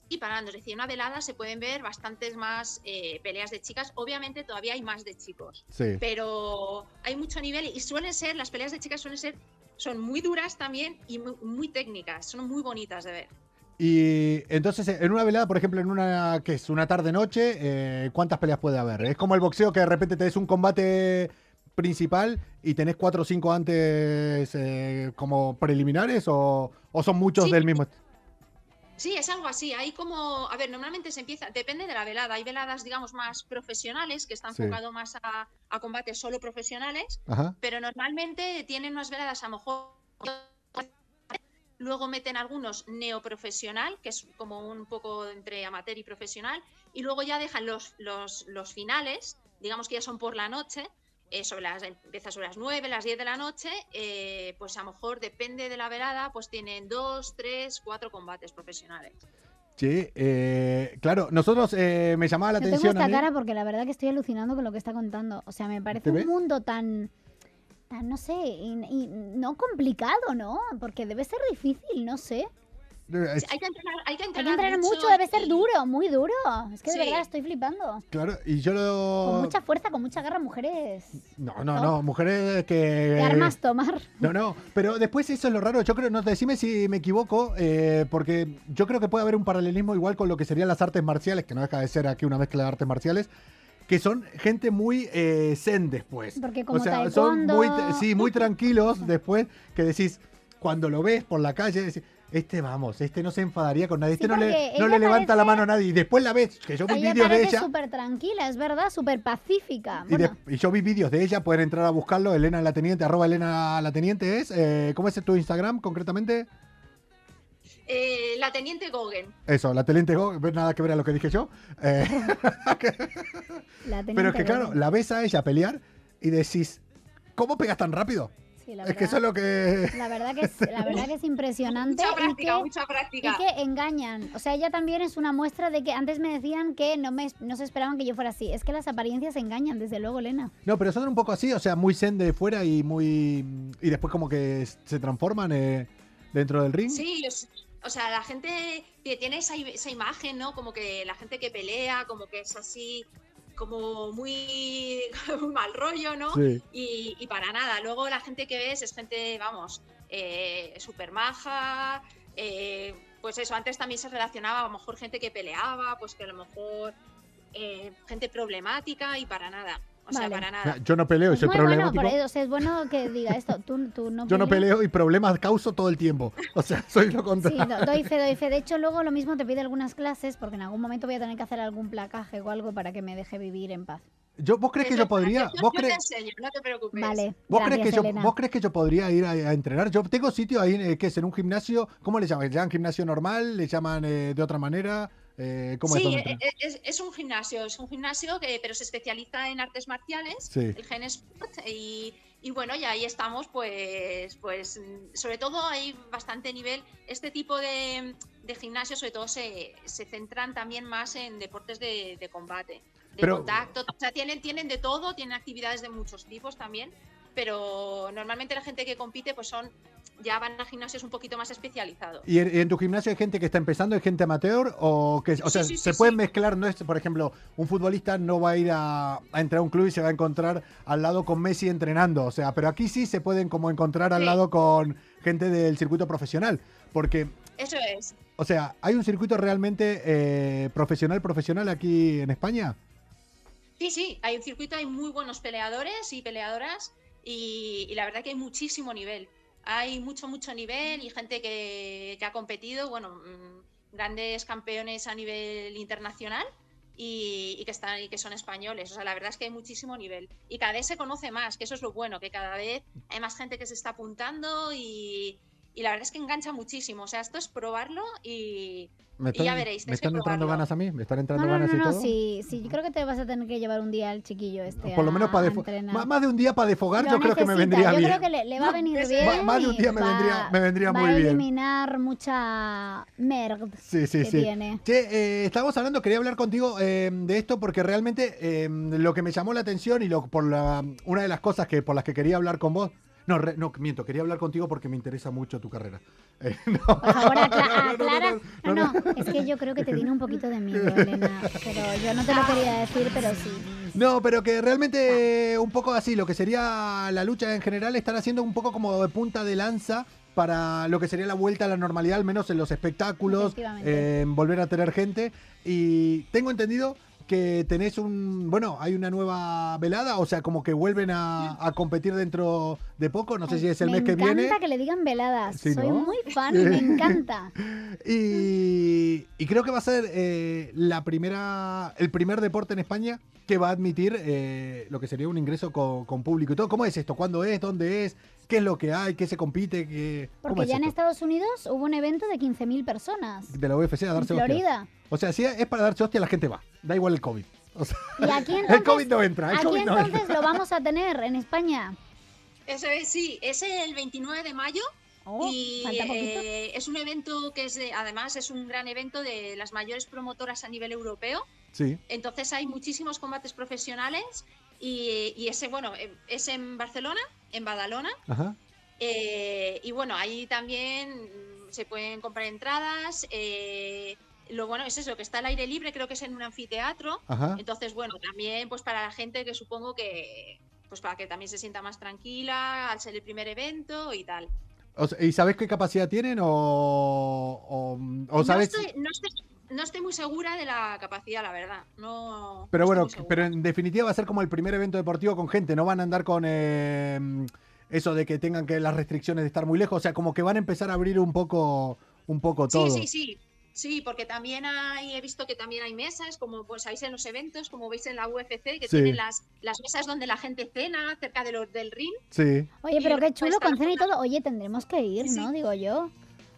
equiparando. Es decir, en una velada se pueden ver bastantes más eh, peleas de chicas. Obviamente todavía hay más de chicos,
Sí.
pero hay mucho nivel y suelen ser, las peleas de chicas suelen ser, son muy duras también y muy, muy técnicas, son muy bonitas de ver.
Y entonces, en una velada, por ejemplo, en una que es una tarde-noche, eh, ¿cuántas peleas puede haber? Es como el boxeo que de repente tenés un combate principal y tenés cuatro o cinco antes eh, como preliminares o, o son muchos
Sí.
del mismo.
Sí, es algo así. Hay como, a ver, normalmente se empieza, depende de la velada. Hay veladas, digamos, más profesionales que están
Sí.
enfocadas más a, a combates solo profesionales,
Ajá.
pero normalmente tienen unas veladas a lo mejor. Luego meten algunos neoprofesional, que es como un poco entre amateur y profesional, y luego ya dejan los, los, los finales, digamos que ya son por la noche, eh, sobre las, empieza sobre las 9, las 10 de la noche, eh, pues a lo mejor depende de la velada, pues tienen dos, tres, cuatro combates profesionales.
Sí, eh, claro, nosotros eh, me llamaba la
Yo tengo
atención. a
esta
mí-
cara porque la verdad que estoy alucinando con lo que está contando. O sea, me
¿Te
parece un
ves?
mundo tan, tan no sé, y, y no complicado, ¿no? Porque debe ser difícil, no sé.
Eh,
Hay que entrenar, hay que
Hay
entrenar,
que entrenar mucho,
y-
debe ser duro, muy duro. Es que de
Sí.
verdad estoy flipando.
Claro, y yo
Con
lo.
mucha fuerza, con mucha garra, mujeres.
Oh. No, no, no, mujeres que.
¿Qué armas tomar?
No, no, pero después eso es lo raro. Yo creo, no, decime si me equivoco, eh, porque yo creo que puede haber un paralelismo igual con lo que serían las artes marciales, que no deja de ser aquí una mezcla de artes marciales, que son gente muy eh, zen después.
Porque como
o sea, son
taekwondo-
muy, sí, muy tranquilos después que decís, cuando lo ves por la calle, decís, este vamos, este no se enfadaría con nadie, este
Sí,
no le,
porque
no le
ella
levanta la
parece-
mano a nadie. Y después la ves, que yo vi
Ella
vídeos de
parece
ella.
súper tranquila, es verdad, súper pacífica.
Y, de-
Bueno,
y yo vi vídeos de ella, pueden entrar a buscarlo, Elena la Teniente, arroba Elena la Teniente es. eh, ¿Cómo es tu Instagram concretamente?
eh, la teniente Gogen.
Eso, la Teniente Go, nada que ver a lo que dije yo. Eh,
la teniente
pero es que claro,
Gordon.
la ves a ella pelear y decís, ¿cómo pegas tan rápido?
Sí, la
es que
verdad-
eso es lo que...
La verdad que es, la verdad que es impresionante.
Mucha
y
práctica,
que-
mucha
Y
práctica.
que engañan. O sea, ella también es una muestra de que antes me decían que no, me, no se esperaban que yo fuera así. Es que las apariencias engañan, desde luego, Elena.
No, pero son un poco así, o sea, muy zen de fuera y muy... Y después como que se transforman eh, dentro del ring.
Sí, los- o sea, la gente que tiene esa, i- esa imagen, ¿no? Como que la gente que pelea, como que es así, como muy mal rollo, ¿no?
Sí.
Y, y para nada. Luego la gente que ves es gente, vamos, eh, súper maja. eh, pues eso, antes también se relacionaba a lo mejor gente que peleaba, pues que a lo mejor eh, gente problemática y para nada. O sea,
Vale.
para nada.
Yo no peleo y
es
soy
Ah. muy bueno,
problemático.
por- o sea, es bueno que diga esto. Tú, tú no
yo no
peleas.
peleo y problemas causo todo el tiempo. O sea, soy lo
Sí,
contrario.
do- doy fe, doy fe. De hecho, luego lo mismo te pide algunas clases porque en algún momento voy a tener que hacer algún placaje o algo para que me deje vivir en paz.
Yo, ¿Vos crees que yo podría?
Yo,
¿Vos
yo te
crees?
enseño, no te preocupes.
Vale.
¿Vos
gracias,
crees, que yo,
Elena.
¿Vos crees que yo podría ir a, a entrenar? Yo tengo sitio ahí eh, que es en un gimnasio. ¿Cómo le llaman? ¿Le llaman gimnasio normal? ¿Le llaman eh, de otra manera? Eh, ¿Cómo es
sí,
donde
e-
entrenas?
e- es, es un gimnasio, es un gimnasio que pero se especializa en artes marciales,
Sí.
el Gen Sport, y, y bueno, y ahí estamos, pues, pues mm, sobre todo hay bastante nivel. Este tipo de, de gimnasios sobre todo se, se centran también más en deportes de, de combate, de
Pero-
contacto, o sea, tienen, tienen de todo, tienen actividades de muchos tipos también, pero normalmente la gente que compite pues son, ya van a gimnasios un poquito más especializados.
¿Y en, y en tu gimnasio hay gente que está empezando, hay gente amateur? ¿O que, o
Sí,
sea,
sí, sí,
se
sí.
pueden mezclar? No es, por ejemplo, un futbolista no va a ir a, a entrar a un club y se va a encontrar al lado con Messi entrenando. O sea, pero aquí sí se pueden como encontrar al
Sí.
lado con gente del circuito profesional. Porque
Eso es.
O sea, ¿hay un circuito realmente eh, profesional, profesional aquí en España?
Sí, sí, hay un circuito, hay muy buenos peleadores y peleadoras y, y la verdad que hay muchísimo nivel. Hay mucho, mucho nivel y gente que, que ha competido, bueno, mm, grandes campeones a nivel internacional y, y que están, y que son españoles. O sea, la verdad es que hay muchísimo nivel. Y cada vez se conoce más, que eso es lo bueno, que cada vez hay más gente que se está apuntando y, y la verdad es que engancha muchísimo. O sea, esto es probarlo y...
¿Me
ya veréis,
¿me
tenéis que
están entrando
probarlo.
ganas a mí? ¿Me están
No,
entrando
no, no,
ganas y
no,
todo? Pues
sí, sí, yo creo que te vas a tener que llevar un día al chiquillo este.
Por lo
a-
menos para
a
defo-
entrenar.
más, más de un día para defogar,
Lo
yo creo que me vendría
necesita, yo
bien.
creo que le, le va a venir
Ma-
bien.
más de un
y
día me
va-
vendría- me vendría
va
muy
a
bien.
eliminar mucha merda
Sí, sí,
que
sí.
tiene.
Che, eh, estábamos hablando, quería hablar contigo eh, de esto porque realmente eh, lo que me llamó la atención y lo, por la, una de las cosas que por las que quería hablar con vos. No, re- no, miento, quería hablar contigo porque me interesa mucho tu carrera. Eh, no.
Por favor, acla-
No, no, no,
aclara.
no, no,
No,
no,
no, es que yo creo que te tiene un poquito de miedo, Elena. Pero yo no te lo quería decir, pero sí.
No, pero que realmente eh, un poco así, lo que sería la lucha en general, están haciendo un poco como de punta de lanza para lo que sería la vuelta a la normalidad, al menos en los espectáculos,
Efectivamente.
eh, en volver a tener gente. Y tengo entendido que tenés un, bueno, hay una nueva velada, o sea, como que vuelven a, a competir dentro de poco, no sé si es el
me
mes que
encanta
viene.
que le digan veladas.
Sí,
Soy
¿no?
muy fan y me encanta.
Y Y, y creo que va a ser eh, la primera, el primer deporte en España que va a admitir eh, lo que sería un ingreso con, con público y todo. ¿Cómo es esto? ¿Cuándo es? ¿Dónde es? ¿Qué es lo que hay? ¿Qué se compite? ¿Qué... ¿Cómo es
Porque ya en
esto?
Estados Unidos hubo un evento de 15.000 personas.
De la UFC a
En
darse hostia.
Florida.
O sea, si es para darse hostia, la gente va. Da igual el COVID. O sea,
Y aquí
el
entonces,
COVID no entra. El
aquí
COVID no
entonces
entra.
lo vamos a tener en España.
Eso es, sí, es el 29 de mayo
Oh,
y
falta poquito.
eh, es un evento que es de, además es un gran evento de las mayores promotoras a nivel europeo.
Sí.
Entonces hay muchísimos combates profesionales y, y ese, bueno, eh, es en Barcelona, en Badalona.
Ajá.
eh, y bueno, ahí también mm, se pueden comprar entradas. eh, lo bueno es eso, que está al aire libre, creo que es en un anfiteatro.
Ah.
Ajá.
Entonces, bueno, también pues para la gente que supongo que pues para que también se sienta más tranquila al ser el primer evento y tal.
O sea, ¿Y sabes qué capacidad tienen? ¿O, o, o sabes?
no, estoy, no estoy- no estoy muy segura de la capacidad, la verdad. No,
Pero
no
bueno,
estoy muy
pero
segura.
en definitiva va a ser como el primer evento deportivo con gente. No van a andar con eh, eso de que tengan que las restricciones de estar muy lejos. O sea, como que van a empezar a abrir un poco, un poco todo.
Sí, sí, sí. Sí, porque también hay, he visto que también hay mesas, como pues sabéis en los eventos, como veis en la UFC,
Sí.
que tienen las, las mesas donde la gente cena cerca de los del ring.
Sí.
Oye, pero qué chulo,
Está-
con cena y todo. Oye, tendremos que ir, ¿no? Digo yo.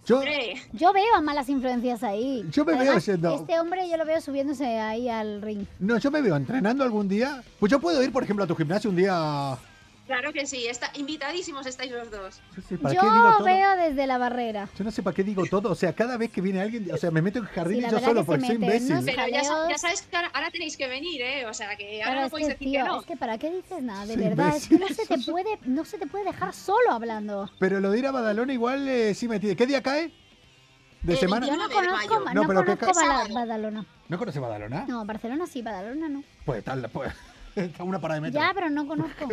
Yo,
Hombre,
Yo veo a malas influencias ahí.
Yo me veo siendo-
Este hombre yo lo veo subiéndose ahí al ring.
no, yo me veo entrenando algún día. Pues yo puedo ir, por ejemplo, a tu gimnasio un día.
Claro que sí, está, invitadísimos estáis los dos.
No sé, ¿para
yo
qué digo todo?
veo desde la barrera.
Yo no sé para qué digo todo. O sea, cada vez que viene alguien, o sea, me meto en el jardín
Sí, la
y yo
verdad
solo
que
porque
se
soy
meten,
imbécil.
¿no?
Pero ya, sa-
jaleos.
ya sabéis que ahora, ahora tenéis que venir, ¿eh? O sea, que ahora
Pero
no
es
podéis
que,
decir
tío,
que no.
es que para qué dices nada, de
Sí,
verdad. Es que no se, te
imbéciles.
puede, no se te puede dejar solo hablando.
Pero lo de ir a Badalona igual eh, sí me tiene. ¿Qué día cae? ¿De
Eh,
semana?
Yo
Yo
no
no veo el
conozco,
mayo.
no
No, pero que
conozco
ca-
Bala-
sábado.
Badalona.
¿No conoce Badalona?
No, Barcelona sí, Badalona no.
Pues tal, pues. Está a una parada de metro.
Ya, pero no conozco.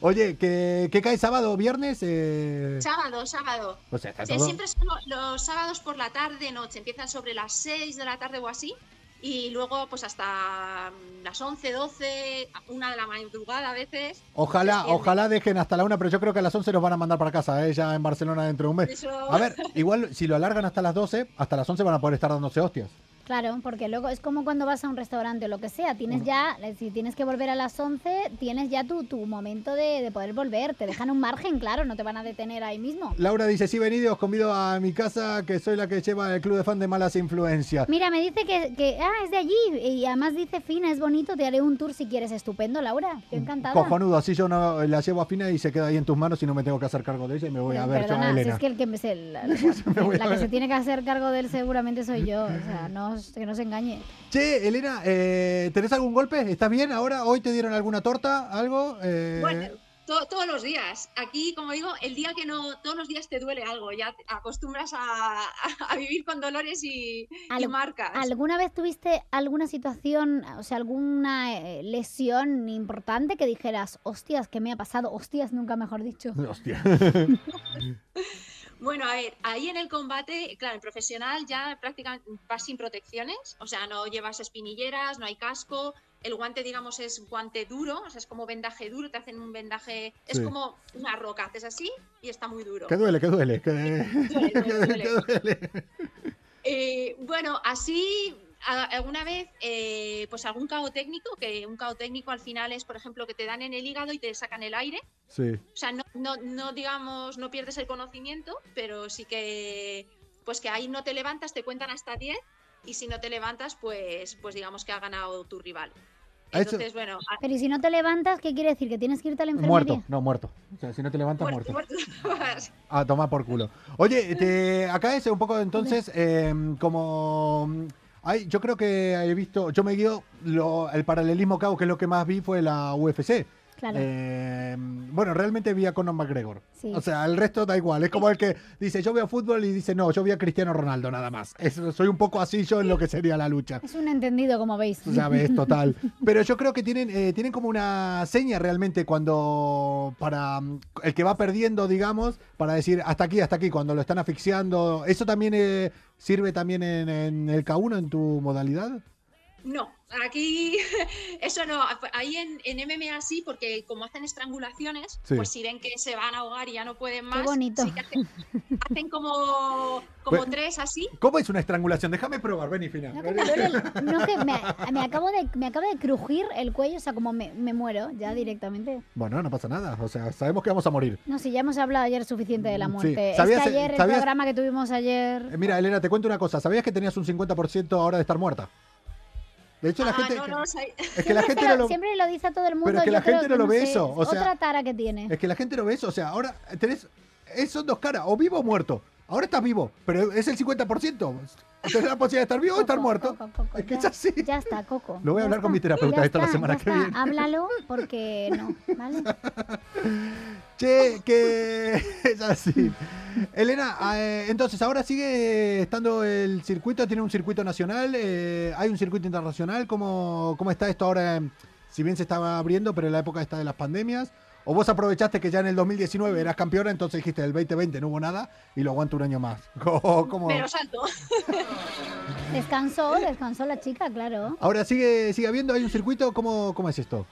Oye, ¿qué, qué cae sábado o viernes? Eh,
Sábado, sábado.
o sea, está
Sí,
todo.
siempre son los sábados por la tarde, noche. Empiezan sobre las 6 de la tarde o así. Y luego, pues hasta mm, las 11, 12, una de la madrugada a veces.
Ojalá,
se siente.
ojalá dejen hasta la una, pero yo creo que a las 11 nos van a mandar para casa, eh, ya en Barcelona dentro de un mes.
Eso-
A ver, igual si lo alargan hasta las 12, hasta las 11 van a poder estar dándose hostias.
Claro, porque luego es como cuando vas a un restaurante o lo que sea. Tienes
Mm.
ya, eh, si tienes que volver a las 11, tienes ya tu, tu momento de, de poder volver. Te dejan un margen, claro, no te van a detener ahí mismo.
Laura dice, sí, venid, os convido a mi casa, que soy la que lleva el club de fan de malas influencias.
Mira, me dice que, que, ah, es de allí. Y además dice, Fina, es bonito, te haré un tour si quieres. Estupendo, Laura.
Mm,
Yo encantada.
Cojonudo, así yo no eh, la llevo a Fina y se queda ahí en tus manos y no me tengo que hacer cargo de ella y me voy a
Pero
ver yo a
perdona, si
Elena.
es que el que me se- la, la- la que se tiene que hacer cargo de él seguramente soy yo. O sea, no, os- que no se engañe.
Che, Elena, eh, ¿tenés algún golpe? ¿Estás bien ahora? ¿Hoy te dieron alguna torta? ¿Algo? Eh,
Bueno, to- todos los días. Aquí, como digo, el día que no, todos los días te duele algo. Ya te acostumbras a, a vivir con dolores y, y
Al-
marcas.
¿Alguna vez tuviste alguna situación, o sea, alguna eh, lesión importante que dijeras, hostias, ¿qué me ha pasado? Hostias, nunca mejor dicho.
Hostia.
Bueno, a ver, ahí en el combate, claro, en profesional ya prácticamente vas sin protecciones, o sea, no llevas espinilleras, no hay casco, el guante, digamos, es guante duro, o sea, es como vendaje duro, te hacen un vendaje, es
Sí.
como una roca, haces así y está muy duro.
Que duele, que duele. Que,
Duele,
que
duele,
duele, que duele.
Eh, bueno, así a- alguna vez, eh, pues algún cabo técnico, que un cabo técnico al final es, por ejemplo, que te dan en el hígado y te sacan el aire.
Sí.
O sea, no, no, no digamos, no pierdes el conocimiento, pero sí que, pues que ahí no te levantas, te cuentan hasta 10 y si no te levantas, pues, pues digamos que ha ganado tu rival.
Ha hecho-
Entonces, bueno, a-
Pero ¿y si no te levantas, qué quiere decir? ¿Que tienes que irte a la enfermería?
Muerto, no, muerto. O sea, si no te levantas,
muerto,
muerto.
muerto.
Ah, toma por culo. Oye, te- acá es un poco entonces eh, como... Ay, yo creo que he visto, yo me guío, lo- el paralelismo que hago, que es lo que más vi fue la UFC.
Claro.
Eh, bueno, realmente vi a Conor McGregor.
Sí.
O sea, el resto da igual. Es como el que dice, yo veo fútbol y dice, no, yo vi a Cristiano Ronaldo nada más. Es- soy un poco así yo en lo que sería la lucha.
Es un entendido, como veis.
Tú sabes, total. Pero yo creo que tienen, eh, tienen como una seña realmente cuando para mm, el que va perdiendo, digamos, para decir hasta aquí, hasta aquí, cuando lo están asfixiando. ¿Eso también eh, sirve también en, en el K1, en tu modalidad?
No, aquí eso no. Ahí en, en MMA sí, porque como hacen estrangulaciones,
Sí.
pues si ven que se van a ahogar y ya no pueden más,
bonito.
sí que hacen, hacen como, como
Bueno.
tres así.
¿Cómo es una estrangulación? Déjame probar, ven y final.
No, que me duele el- no, que me, me acabo de, me acaba de crujir el cuello, o sea, como me, me muero ya directamente.
Bueno, no pasa nada. O sea, sabemos que vamos a morir.
No, si ya hemos hablado ayer suficiente de la
Mm, Sí.
muerte. Es que
¿Sabías- e-,
ayer, el
sabías-
programa que tuvimos
Eh,
ayer...
mira, Elena, te cuento una cosa. ¿Sabías que tenías un 50% ahora de estar muerta? De hecho, la
Ah,
gente.
no, no, o sea,
Es que la gente no
Pero
lo.
siempre lo dice a todo el mundo.
Pero es que
yo
la
creo
gente no lo
que
ve
sé,
eso, o sea-
otra tara que tiene.
Es que la gente no ve eso. O sea, ahora tenés. eh, son dos caras, o vivo o muerto. Ahora estás vivo, pero es el 50%. Tenés la posibilidad de estar vivo o estar
Coco,
muerto.
Coco, Coco,
Es que
ya,
es así.
Ya está, Coco.
Lo voy a
ya
hablar con
está,
mi terapeuta
ya
esta la
está,
semana
ya
que
está.
viene.
Háblalo porque no, ¿vale?
Che, que es así. Elena, eh, entonces ahora sigue estando el circuito, tiene un circuito nacional, eh, hay un circuito internacional, ¿cómo, cómo está esto ahora? em, Si bien se estaba abriendo, pero en la época está de las pandemias, o vos aprovechaste que ya en el 2019 eras campeona, entonces dijiste el 2020 no hubo nada y lo aguanto un año más. ¿Cómo- cómo?
pero salto.
Descansó, descansó la chica, claro.
Ahora sigue, sigue habiendo, hay un circuito, ¿cómo, cómo es esto?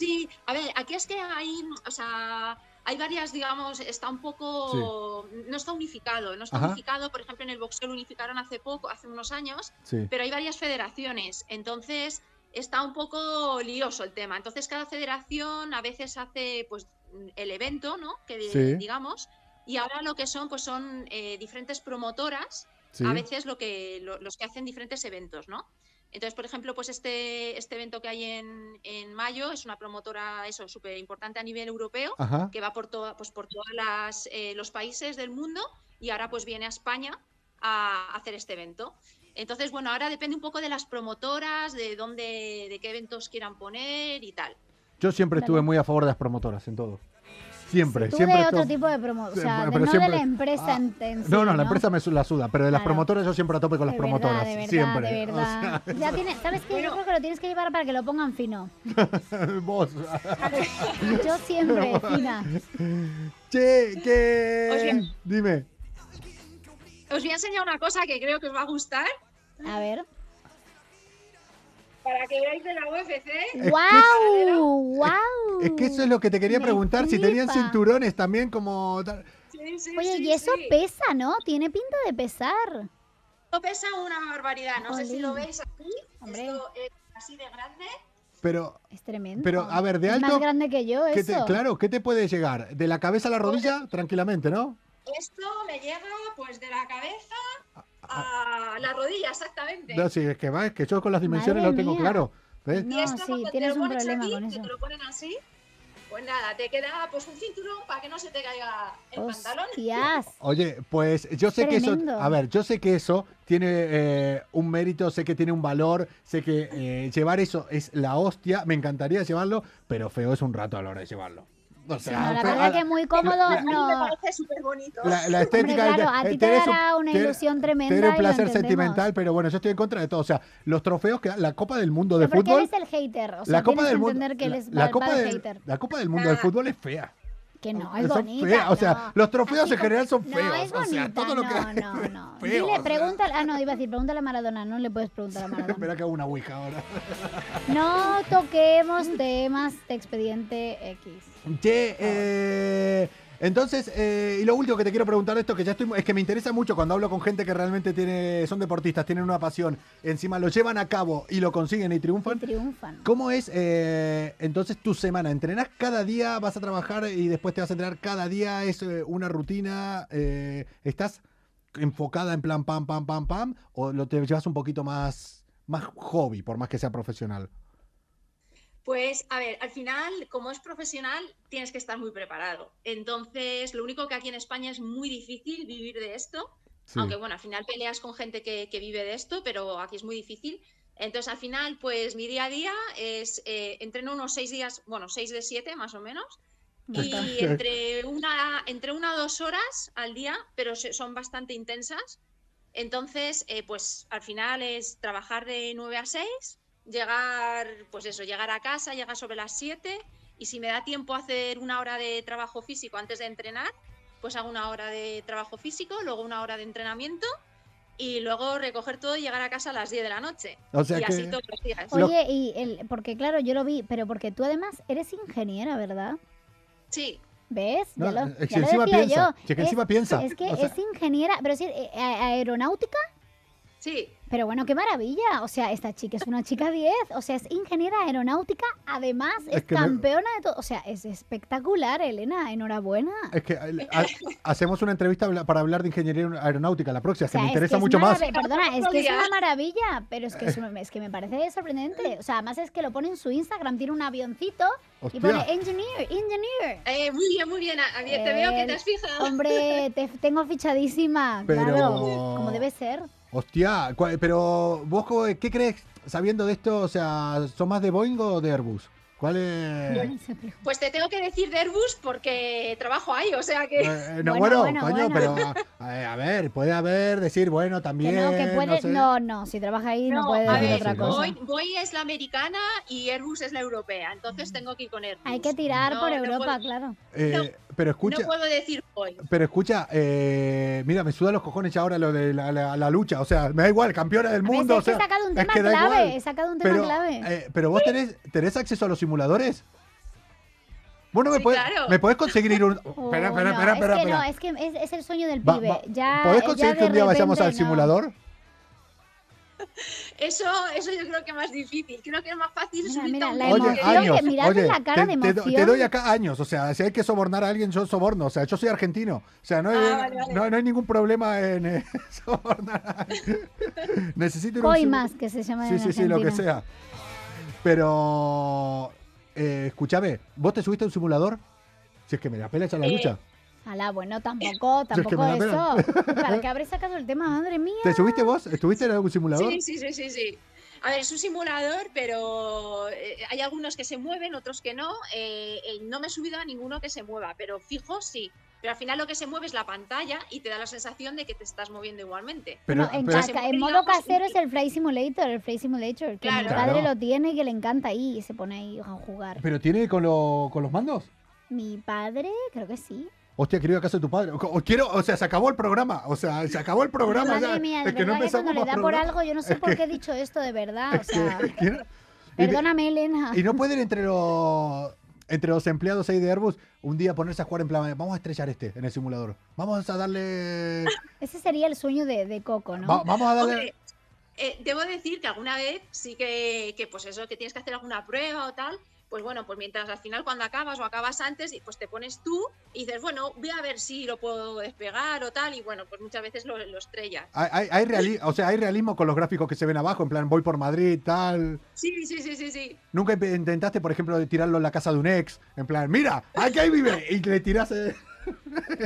Sí, a ver, aquí es que hay, o sea, hay varias, digamos, está un poco, no está unificado, no está
Ajá.
unificado, por ejemplo, en el boxeo lo unificaron hace poco, hace unos años,
Sí.
pero hay varias federaciones, entonces está un poco lioso el tema. Entonces cada federación a veces hace, pues, el evento, ¿no? Que di-
Sí.
digamos, y ahora lo que son, pues, son eh, diferentes promotoras
sí.
a veces lo que, lo- los que hacen diferentes eventos, ¿no? Entonces, por ejemplo, pues este, este evento que hay en, en mayo es una promotora, eso, súper importante a nivel europeo,
Ajá.
que va por, toda, pues por todos los países del mundo y ahora pues viene a España a hacer este evento. Entonces, bueno, ahora depende un poco de las promotoras, de dónde, de qué eventos quieran poner y tal.
Yo siempre
Dale.
estuve muy a favor de las promotoras en todo. Siempre,
Tú
siempre.
de otro
estuve-
tipo de promoción, o sea,
Siempre,
de-
pero
no de
siempre-
la empresa
Ah,
en, en sí,
No, no, la empresa me su- la suda, pero de las
Claro.
promotoras yo siempre a tope con las
De verdad,
promotoras.
de verdad,
siempre.
de
O
verdad. ya tiene, ¿Sabes qué? Yo creo que lo tienes que llevar para que lo pongan fino.
sea, vos.
Yo siempre, fina.
Che, que.
Os bien.
Dime.
Os voy a enseñar una cosa que creo que os va a gustar
A ver.
para que veáis de la UFC.
que-
¡Guau! ¡Guau!
Es que eso es lo que te quería
Me
preguntar, si tenían
flipa.
cinturones también como... tal.
Sí, sí,
Oye,
sí,
y eso
sí.
pesa, ¿no? Tiene pinta de pesar.
Esto pesa una barbaridad, no sé si
Jolín.
lo veis aquí.
Hombre.
Esto es así de grande.
Pero,
Es tremendo.
pero, a ver, de
Es
alto...
más grande que yo
¿qué te-
eso.
claro, ¿qué te puede llegar? ¿De la cabeza a la rodilla? Tranquilamente, ¿no?
Esto me llega pues de la cabeza a la rodilla, exactamente.
No, sí, es que va, es que yo con las dimensiones
Madre
lo tengo
mía.
claro. ¿Ves?
No,
y esto
sí,
cuando te
tienes
lo
un
pones
problema
aquí,
con
que
eso.
te lo ponen así, pues nada, te queda pues un cinturón para que no se te caiga el pantalón.
Hostias.
Oye, pues yo sé que
Tremendo.
eso, a ver, yo sé que eso tiene eh, un mérito, sé que tiene un valor, sé que eh, llevar eso es la hostia, me encantaría llevarlo, pero feo es un rato a la hora de llevarlo. O sea,
No, la
fe-
verdad
a-
que muy cómodo,
la-
A
no.
mí me parece súper bonito.
la, la
Hombre,
estética
claro, a
eh,
ti te
tenés un-
dará una
tenés-
ilusión tremenda.
tenés
y
un
lo
placer
entendemos.
sentimental, pero bueno, yo estoy en contra de todo. O sea, los trofeos que la Copa del Mundo de
Pero porque
fútbol.
eres el hater. O sea,
la Copa
tienes
del
que
Mundo.
entender que
la-
eres
la Copa del-
hater.
la Copa del Mundo del fútbol es fea.
Que no, es
Son
bonita.
feas, o sea,
no.
los trofeos en
como-
general son feos,
No, es
o
bonita.
sea, todo lo
no,
que- ¿eh?
no, no.
feo, o
Dile,
sea.
pregúntale. Ah, no, iba a decir, pregúntale a Maradona. No le puedes preguntar a Maradona.
Espera que hago una ouija ahora.
No toquemos temas de expediente X.
Che, eh, entonces, eh, y lo último que te quiero preguntar de esto, que ya estoy, es que me interesa mucho cuando hablo con gente que realmente tiene, son deportistas, tienen una pasión, encima lo llevan a cabo y lo consiguen y
Que
triunfan.
triunfan.
¿Cómo es eh, entonces tu semana? ¿Entrenás cada día? ¿Vas a trabajar y después te vas a entrenar cada día? ¿Es eh, una rutina? Eh, ¿Estás enfocada en plan pam, pam, pam, pam? ¿O lo te llevas un poquito más, más hobby, por más que sea profesional?
Pues a ver, al final, como es profesional, tienes que estar muy preparado. Entonces, lo único que aquí en España es muy difícil vivir de esto,
Sí.
aunque bueno, al final peleas con gente que, que vive de esto, pero aquí es muy difícil. Entonces, al final, pues mi día a día es, eh, entreno unos seis días, bueno, seis de siete más o menos, y entre una, entre una o dos horas al día, pero se- son bastante intensas. Entonces, eh, pues al final es trabajar de 9 a 6, llegar, pues eso, llegar a casa, llegar sobre las 7 y si me da tiempo a hacer una hora de trabajo físico antes de entrenar, pues hago una hora de trabajo físico, luego una hora de entrenamiento y luego recoger todo y llegar a casa a las 10 de la noche.
O sea
y
que-
así todos los días.
Lo-
Oye, y el, porque claro, yo lo vi, pero porque tú además eres ingeniera, ¿verdad?
Sí,
¿Ves?
No,
ya lo,
es que
ya lo
encima
decía
piensa,
yo.
es que encima piensa.
Es que
O sea-
es ingeniera, pero sí, eh, a- aeronáutica,
sí,
pero bueno, qué maravilla. O sea, esta chica es una chica 10, o sea, es ingeniera aeronáutica, además es,
Es que me-
campeona de todo. O sea, es espectacular, Elena, enhorabuena.
Es que eh, ha- hacemos una entrevista habla- para hablar de ingeniería aeronáutica la próxima,
O sea,
que me
es
interesa
es
mucho más.
marav- Perdona, es que es
Maravilla.
una maravilla, pero es que, es, una- es que me parece sorprendente. O sea, además es que lo pone en su Instagram, tiene un avioncito y
Hostia.
pone eh, engineer, engineer.
Eh, muy bien, muy bien. A- a- Te veo que te has fijado.
Hombre, te tengo fichadísima,
Pero-
claro, como debe ser.
Hostia, cua- pero vos, co- ¿qué crees sabiendo de esto? O sea, ¿son más de Boeing o de Airbus? ¿Cuál es? Eh,
Bueno, se preocupa.
Pues te tengo que decir de Airbus porque trabajo ahí, o sea que.
Eh, no, bueno,
Bueno, bueno,
coño,
bueno.
pero a, eh, a ver, puede haber, decir, bueno,
Que
también.
no, que puede,
sé.
no, no, si trabaja ahí no, puede
a
decir
ver,
otra
sí, ¿no?
cosa.
Boeing, Boeing es la americana y Airbus es la europea, entonces tengo que ir con Airbus.
Hay que tirar
No,
por
no
Europa,
puedo-
claro.
Eh, pero escucha,
No puedo decir Boeing.
pero escucha, eh, mira, me suda los cojones ya ahora lo de la, la- la lucha. O sea, me da igual, campeona del
A ver,
mundo.
si
o
es que he
sea,
sacado un
es
tema
que da
clave,
igual.
he sacado un tema
Pero,
clave.
eh, pero vos tenés, tenés acceso a los simuladores. Vos no me
Sí,
podés,
claro.
me podés conseguir ir un.
Oh,
espera, espera,
no,
espera,
es
espera.
que
espera.
no, es que es, es el sueño del
Va-
pibe.
va-
ya,
¿Podés
ya
conseguir
de
que un día vayamos al
repente no.
simulador?
Eso, eso yo creo que es más difícil. Creo que es más fácil
Mira,
subirte
mira,
a un
la
coche.
Oye,
emoción que
años.
mirarle
oye,
la cara
te,
de
te do- te
emoción.
doy acá años. O sea, si hay que sobornar a alguien, yo soborno. O sea, yo soy argentino. O sea, no hay,
Ah, vale, vale.
No, no hay ningún problema en eh, sobornar a alguien. Necesito ir a un simu-
Coimas, que se llama
Sí,
en
sí, sí, lo que
Argentina.
sea. Pero. Eh, escúchame, ¿vos te subiste a un simulador? Si es que me la pela echar la
Eh,
lucha.
Alá, bueno, tampoco,
Si es que
tampoco
me la
eso. ¿Para qué habré sacado el tema, madre mía?
¿Te subiste vos? ¿Estuviste en algún simulador?
Sí, sí, sí, sí, sí. A ver, es un simulador, pero eh, hay algunos que se mueven, otros que no. Eh, eh, no me he subido a ninguno que se mueva, pero fijo sí. Pero al final lo que se mueve es la pantalla y te da la sensación de que te estás moviendo igualmente.
Pero,
No, en,
pero-
casa- en modo
Digamos,
casero es el Flight Simulator, el Flight Simulator, que mi
Claro.
padre
Claro.
lo tiene y que le encanta ahí y se pone ahí a jugar.
¿pero tiene con, lo- con los mandos?
Mi padre, creo que sí.
Hostia, querido, acaso de tu padre. O, o quiero, o sea, se acabó el programa. O sea, se acabó el programa. ya.
Madre mía, de
Es que no
verdad que cuando
empezamos
le da
más
por
programa.
algo, yo no sé por qué he dicho esto de verdad. O sea,
Es que- quiero- y de-
perdóname, Elena.
Y no pueden entre los entre los empleados ahí de Airbus un día ponerse a jugar en plan, vamos a estrellar este en el simulador. Vamos a darle
Ese sería el sueño de, de Coco, Ah, ¿no?
va- vamos a darle
Hombre, eh, debo decir que alguna vez sí que, que, pues eso, que tienes que hacer alguna prueba o tal. Pues bueno, pues mientras al final cuando acabas o acabas antes, y pues te pones tú y dices, bueno, voy a ver si lo puedo despegar o tal. Y bueno, pues muchas veces lo, lo estrellas.
hay, hay- hay reali- o sea, hay realismo con los gráficos que se ven abajo, en plan voy por Madrid, tal.
Sí, sí, sí, sí, sí.
Nunca imp- intentaste, por ejemplo, de tirarlo en la casa de un ex, en plan, mira, aquí ahí vive y le tiras eh.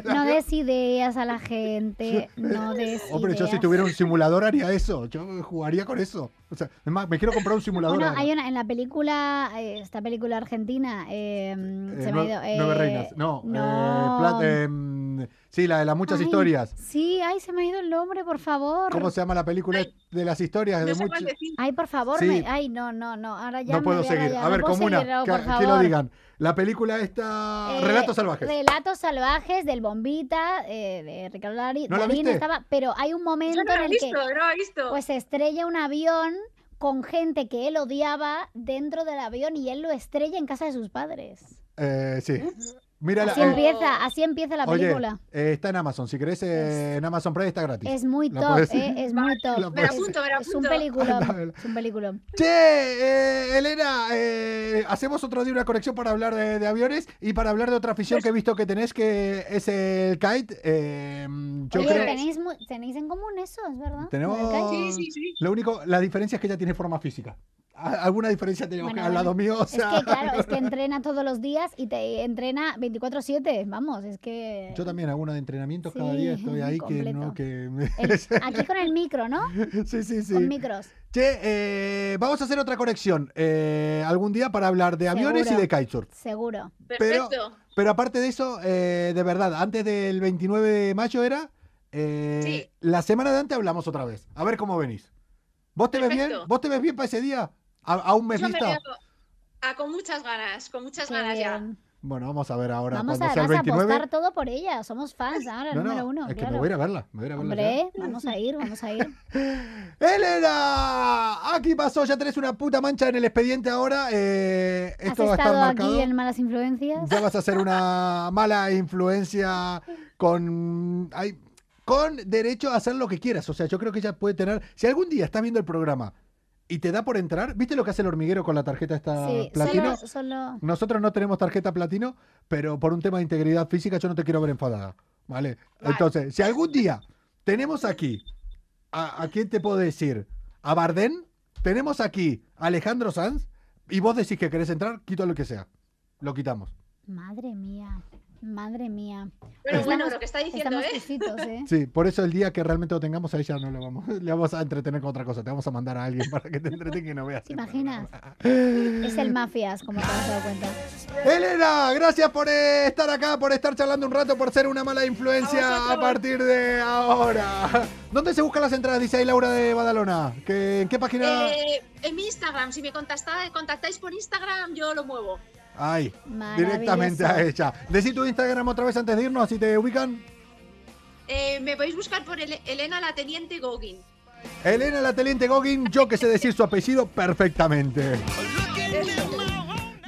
No des ideas a la gente, no des
Hombre, yo si
ideas.
tuviera un simulador haría eso, yo jugaría con eso. O sea, es más, me quiero comprar un simulador.
Bueno,
ahora.
hay una, en la película, eh, esta película argentina, eh,
Eh,
se me ha
nue-
ido. eh,
Nueve reinas. No, eh, plat- em, sí, la de las muchas
Ay,
historias.
Sí, ay, se me ha ido el nombre, por favor.
¿Cómo se llama la película
Ay.
de las historias? de
No sé
mucho-
cuál decir.
Ay, por favor,
Sí.
me- ay, no, no, no, ahora ya
No
me
puedo
voy
seguir.
rayar,
A ver,
no puedo
como una.
seguir, no,
que-
por
que lo
favor.
digan. La película esta.
Eh,
Relatos salvajes.
Relatos salvajes del Bombita, eh, de Ricardo Dari-
¿No la
Darín
viste?
estaba, pero hay un
Yo
momento
no lo
en
he
el que
visto, no lo he visto.
pues se estrella un avión con gente que él odiaba dentro del avión y él lo estrella en casa de sus padres.
Eh, sí. Mira la.
¿Mm? Así
eh,
empieza, así empieza la
oye,
película.
eh, está en Amazon. Si querés, eh, en Amazon Prime está gratis.
Es muy
la
top,
puedes-
eh, es muy top.
la puedes-
Es-
Me la apunto, me la
es un
apunto.
peliculón, es un peliculón.
Che, eh, Elena, eh, hacemos otro día una conexión para hablar de, de aviones y para hablar de otra afición que he visto que tenés, que es el kite. Eh, yo
Oye,
creo.
tenéis, mu- tenéis en común eso, es verdad.
Tenemos-
Lo del kite.
Sí, sí, sí.
Lo único, la diferencia es que ella tiene forma física. A- Alguna diferencia tenemos
Bueno,
que al lado mío, o
Es
sea.
que claro, es que entrena todos los días y te entrena 24/7, vamos, es que...
Yo también hago una de entrenamientos cada
Sí,
día, estoy ahí que
completo.
no, que...
El- aquí con el micro, ¿no?
sí, sí, sí.
Con micros.
Che, eh, vamos a hacer otra conexión eh, algún día para hablar de aviones
Seguro.
y de kitesurf.
Seguro.
Pero-
Perfecto.
Pero aparte de eso, eh, de verdad, antes del 29 de mayo era... eh,
Sí.
La semana de antes hablamos otra vez. A ver cómo venís. ¿Vos te ves bien?
Perfecto.
¿Vos te ves bien para ese día? ¿A, a un mes
Yo me
vista?
veo- ah, con muchas ganas, con muchas
Qué
ganas ya.
bien.
Bueno, vamos a ver ahora.
Vamos
cuando
a,
sea el
vas a
29.
apostar todo por ella. Somos fans ahora,
No, no,
número uno.
es que
claro.
me voy a ir a verla. Me voy a ir a verla ya.
Hombre, vamos a ir, vamos a ir.
¡Elena! Aquí pasó, ya tenés una puta mancha en el expediente ahora. eh,
¿Has
esto va a estar
estado
marcado.
aquí en Malas Influencias?
Ya vas a ser una mala influencia con. ay, con derecho a hacer lo que quieras. O sea, yo creo que ella puede tener. Si algún día estás viendo el programa y te da por entrar, ¿viste lo que hace el hormiguero con la tarjeta esta
Sí,
platino?
solo, solo...
Nosotros no tenemos tarjeta platino, pero por un tema de integridad física yo no te quiero ver enfadada. ¿Vale?
Vale.
Entonces, si algún día tenemos aquí, ¿a, a quién te puedo decir? ¿A Bardén? Tenemos aquí a Alejandro Sanz y vos decís que querés entrar, quito lo que sea. Lo quitamos.
Madre mía, madre mía.
Pero bueno,
Estamos-
lo que está diciendo,
Estamos
¿eh?
justitos, ¿eh?
Sí, por eso el día que realmente lo tengamos, a ella no lo vamos, le vamos a entretener con otra cosa. Te vamos a mandar a alguien para que te entretenga y no veas.
¿Te
el
imaginas?
programa. ah.
Es el mafias, como te has dado cuenta.
Elena, gracias por eh, estar acá, por estar charlando un rato, por ser una mala
A
influencia a,
vosotros.
partir de ahora. ¿Dónde se buscan las entradas? Dice ahí Laura de Badalona. ¿Que- ¿En qué página?
Eh, en mi Instagram, si me contacta- contactáis por Instagram, yo lo muevo.
Ay,
Maravilloso.
directamente a ella. Decí tu Instagram otra vez antes de irnos, así te ubican.
Eh, me podéis buscar por Ele- Elena la Teniente Gogin.
Elena la Teniente Gogin, yo que sé decir su apellido perfectamente.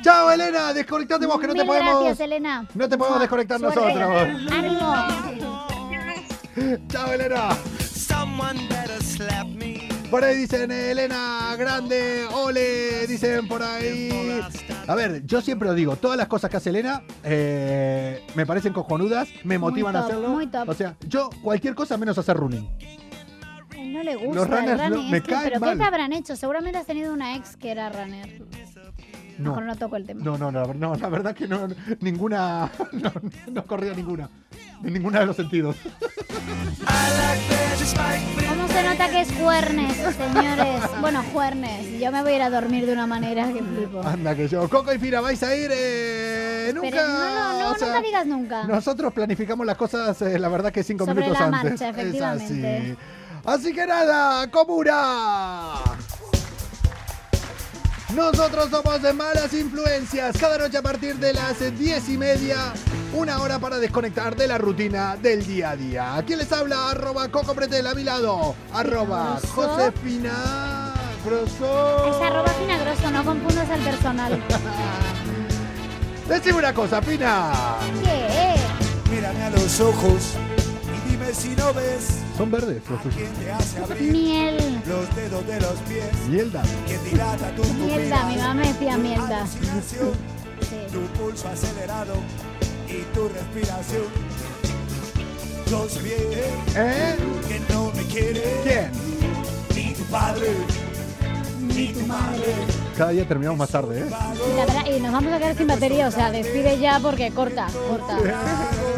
Chao Elena, desconectate vos que no
Mil
te podemos.
gracias, Elena.
No te podemos desconectar
Suerte.
nosotros.
¡Ánimo!
Chao Elena. Por ahí dicen Elena Grande, ole, dicen por ahí. A ver, yo siempre lo digo, todas las cosas que hace Elena eh, me parecen cojonudas, me
Muy
motivan a
top,
hacerlo.
muy top.
O sea, yo cualquier cosa menos hacer running.
No le gusta
Los runners
el
no-
running.
me
es que,
caen
¿Pero
mal.
qué te habrán hecho? Seguramente has tenido una ex que era runner.
No.
Mejor no toco el tema.
No, no, no, no, la verdad que no, ninguna, no, no corría ninguna, en ninguno de los sentidos.
¿Cómo se nota que es cuernes, señores? bueno, cuernes. Yo me voy a ir a dormir de una manera que flipo.
Anda que yo, Coco y Fira, vais a ir eh, Ah, nunca.
Pero no, no, no,
o sea,
nunca digas nunca.
Nosotros planificamos las cosas, eh, la verdad que cinco
Sobre
minutos
la
antes.
marcha,
Es
efectivamente.
así. Así que nada, comuna. Nosotros somos de malas influencias. Cada noche a partir de las diez y media, una hora para desconectar de la rutina del día a día. Aquí les habla? Arroba Coco Pretel a mi lado. Arroba
Grosso.
Josefina Grosso.
Es arroba finagroso, no confundas al personal.
Decime una cosa, Pina.
¿Qué?
Mírame a los ojos y dime si no ves
Son verdes los
quién te hace abrir
Miel.
los dedos de los pies,
Mierda.
quién dilata tus
Mierda, mi
pupilas,
mamá me decía
tu
mierda.
alucinación,
Sí.
tu pulso acelerado y tu respiración. Yo sé bien
¿Eh?
que no me quiere
¿Quién?
ni tu padre ni tu madre.
Cada día terminamos más tarde, ¿eh?
Y, la verdad- y nos vamos a quedar sin batería, o sea, despide ya porque corta, corta.
Vago,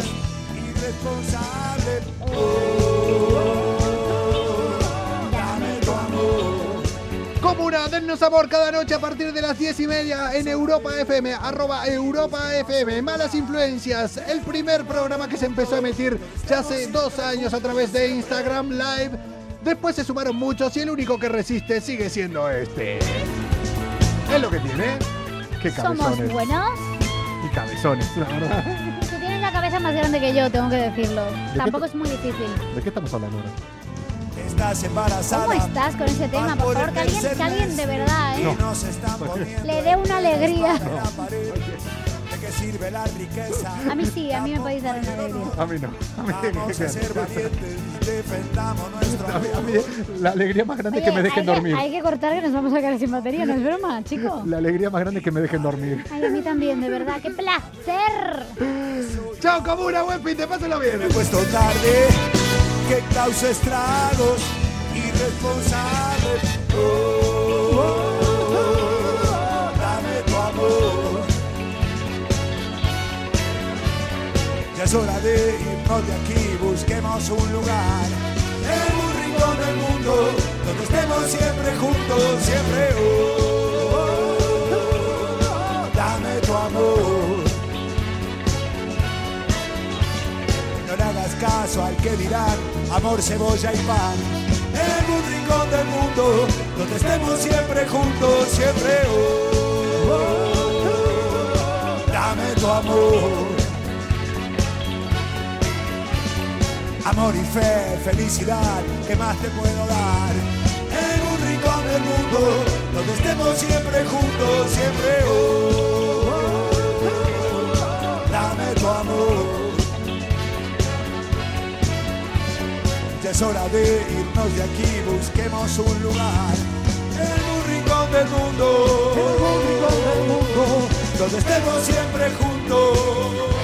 Irresponsable,
Comuna, dennos amor cada noche a partir de las 10 y media en Europa FM, arroba Europa FM, Malas Influencias, el primer programa que se empezó a emitir ya hace dos años a través de Instagram Live. Después se sumaron muchos y el único que resiste sigue siendo este. Es lo que tiene. ¿eh? Qué
Somos
cabezones.
buenos.
Y cabezones, la verdad.
Tú tienes la cabeza más grande que yo, tengo que decirlo.
qué
Tampoco
te-
es muy difícil.
¿De qué estamos hablando ahora?
estás
¿Cómo
embarazada.
estás con ese tema?
Ah,
Por favor, que alguien, que alguien de verdad,
Y
¿eh?
nos están poniendo
Le dé una alegría.
en la pared. ¿De qué sirve la riqueza?
A mí sí, a mí me podéis dar una alegría.
A mí no. A mí,
Vamos a ser valientes, defendamos nuestro
A mí- a mí
amor.
la alegría más grande es que
Oye,
me dejen
hay
dormir.
hay que cortar que nos vamos a quedar sin batería, no es broma, chico.
La alegría más grande es que me dejen dormir.
Ay, a mí también, de verdad, qué placer.
Chao, comuna, buen fin, te pásalo bien.
Me he puesto tarde, que causa estragos, irresponsable. Oh, oh, oh, dame tu amor. Ya es hora de irnos de aquí, busquemos un lugar. En un rincón del mundo, donde estemos siempre juntos, siempre. Oh, oh, oh, dame tu amor. No le hagas caso al que dirán amor, cebolla y pan. En un rincón del mundo, donde estemos siempre juntos, siempre. oh, oh, oh, dame tu amor. amor. Amor y fe, felicidad, ¿qué más te puedo dar? En un rincón del mundo, donde estemos siempre juntos, siempre oh, oh, oh, dame tu amor. Ya es hora de irnos de aquí, busquemos un lugar. En un rincón del mundo, en un rincón del mundo, donde estemos siempre juntos.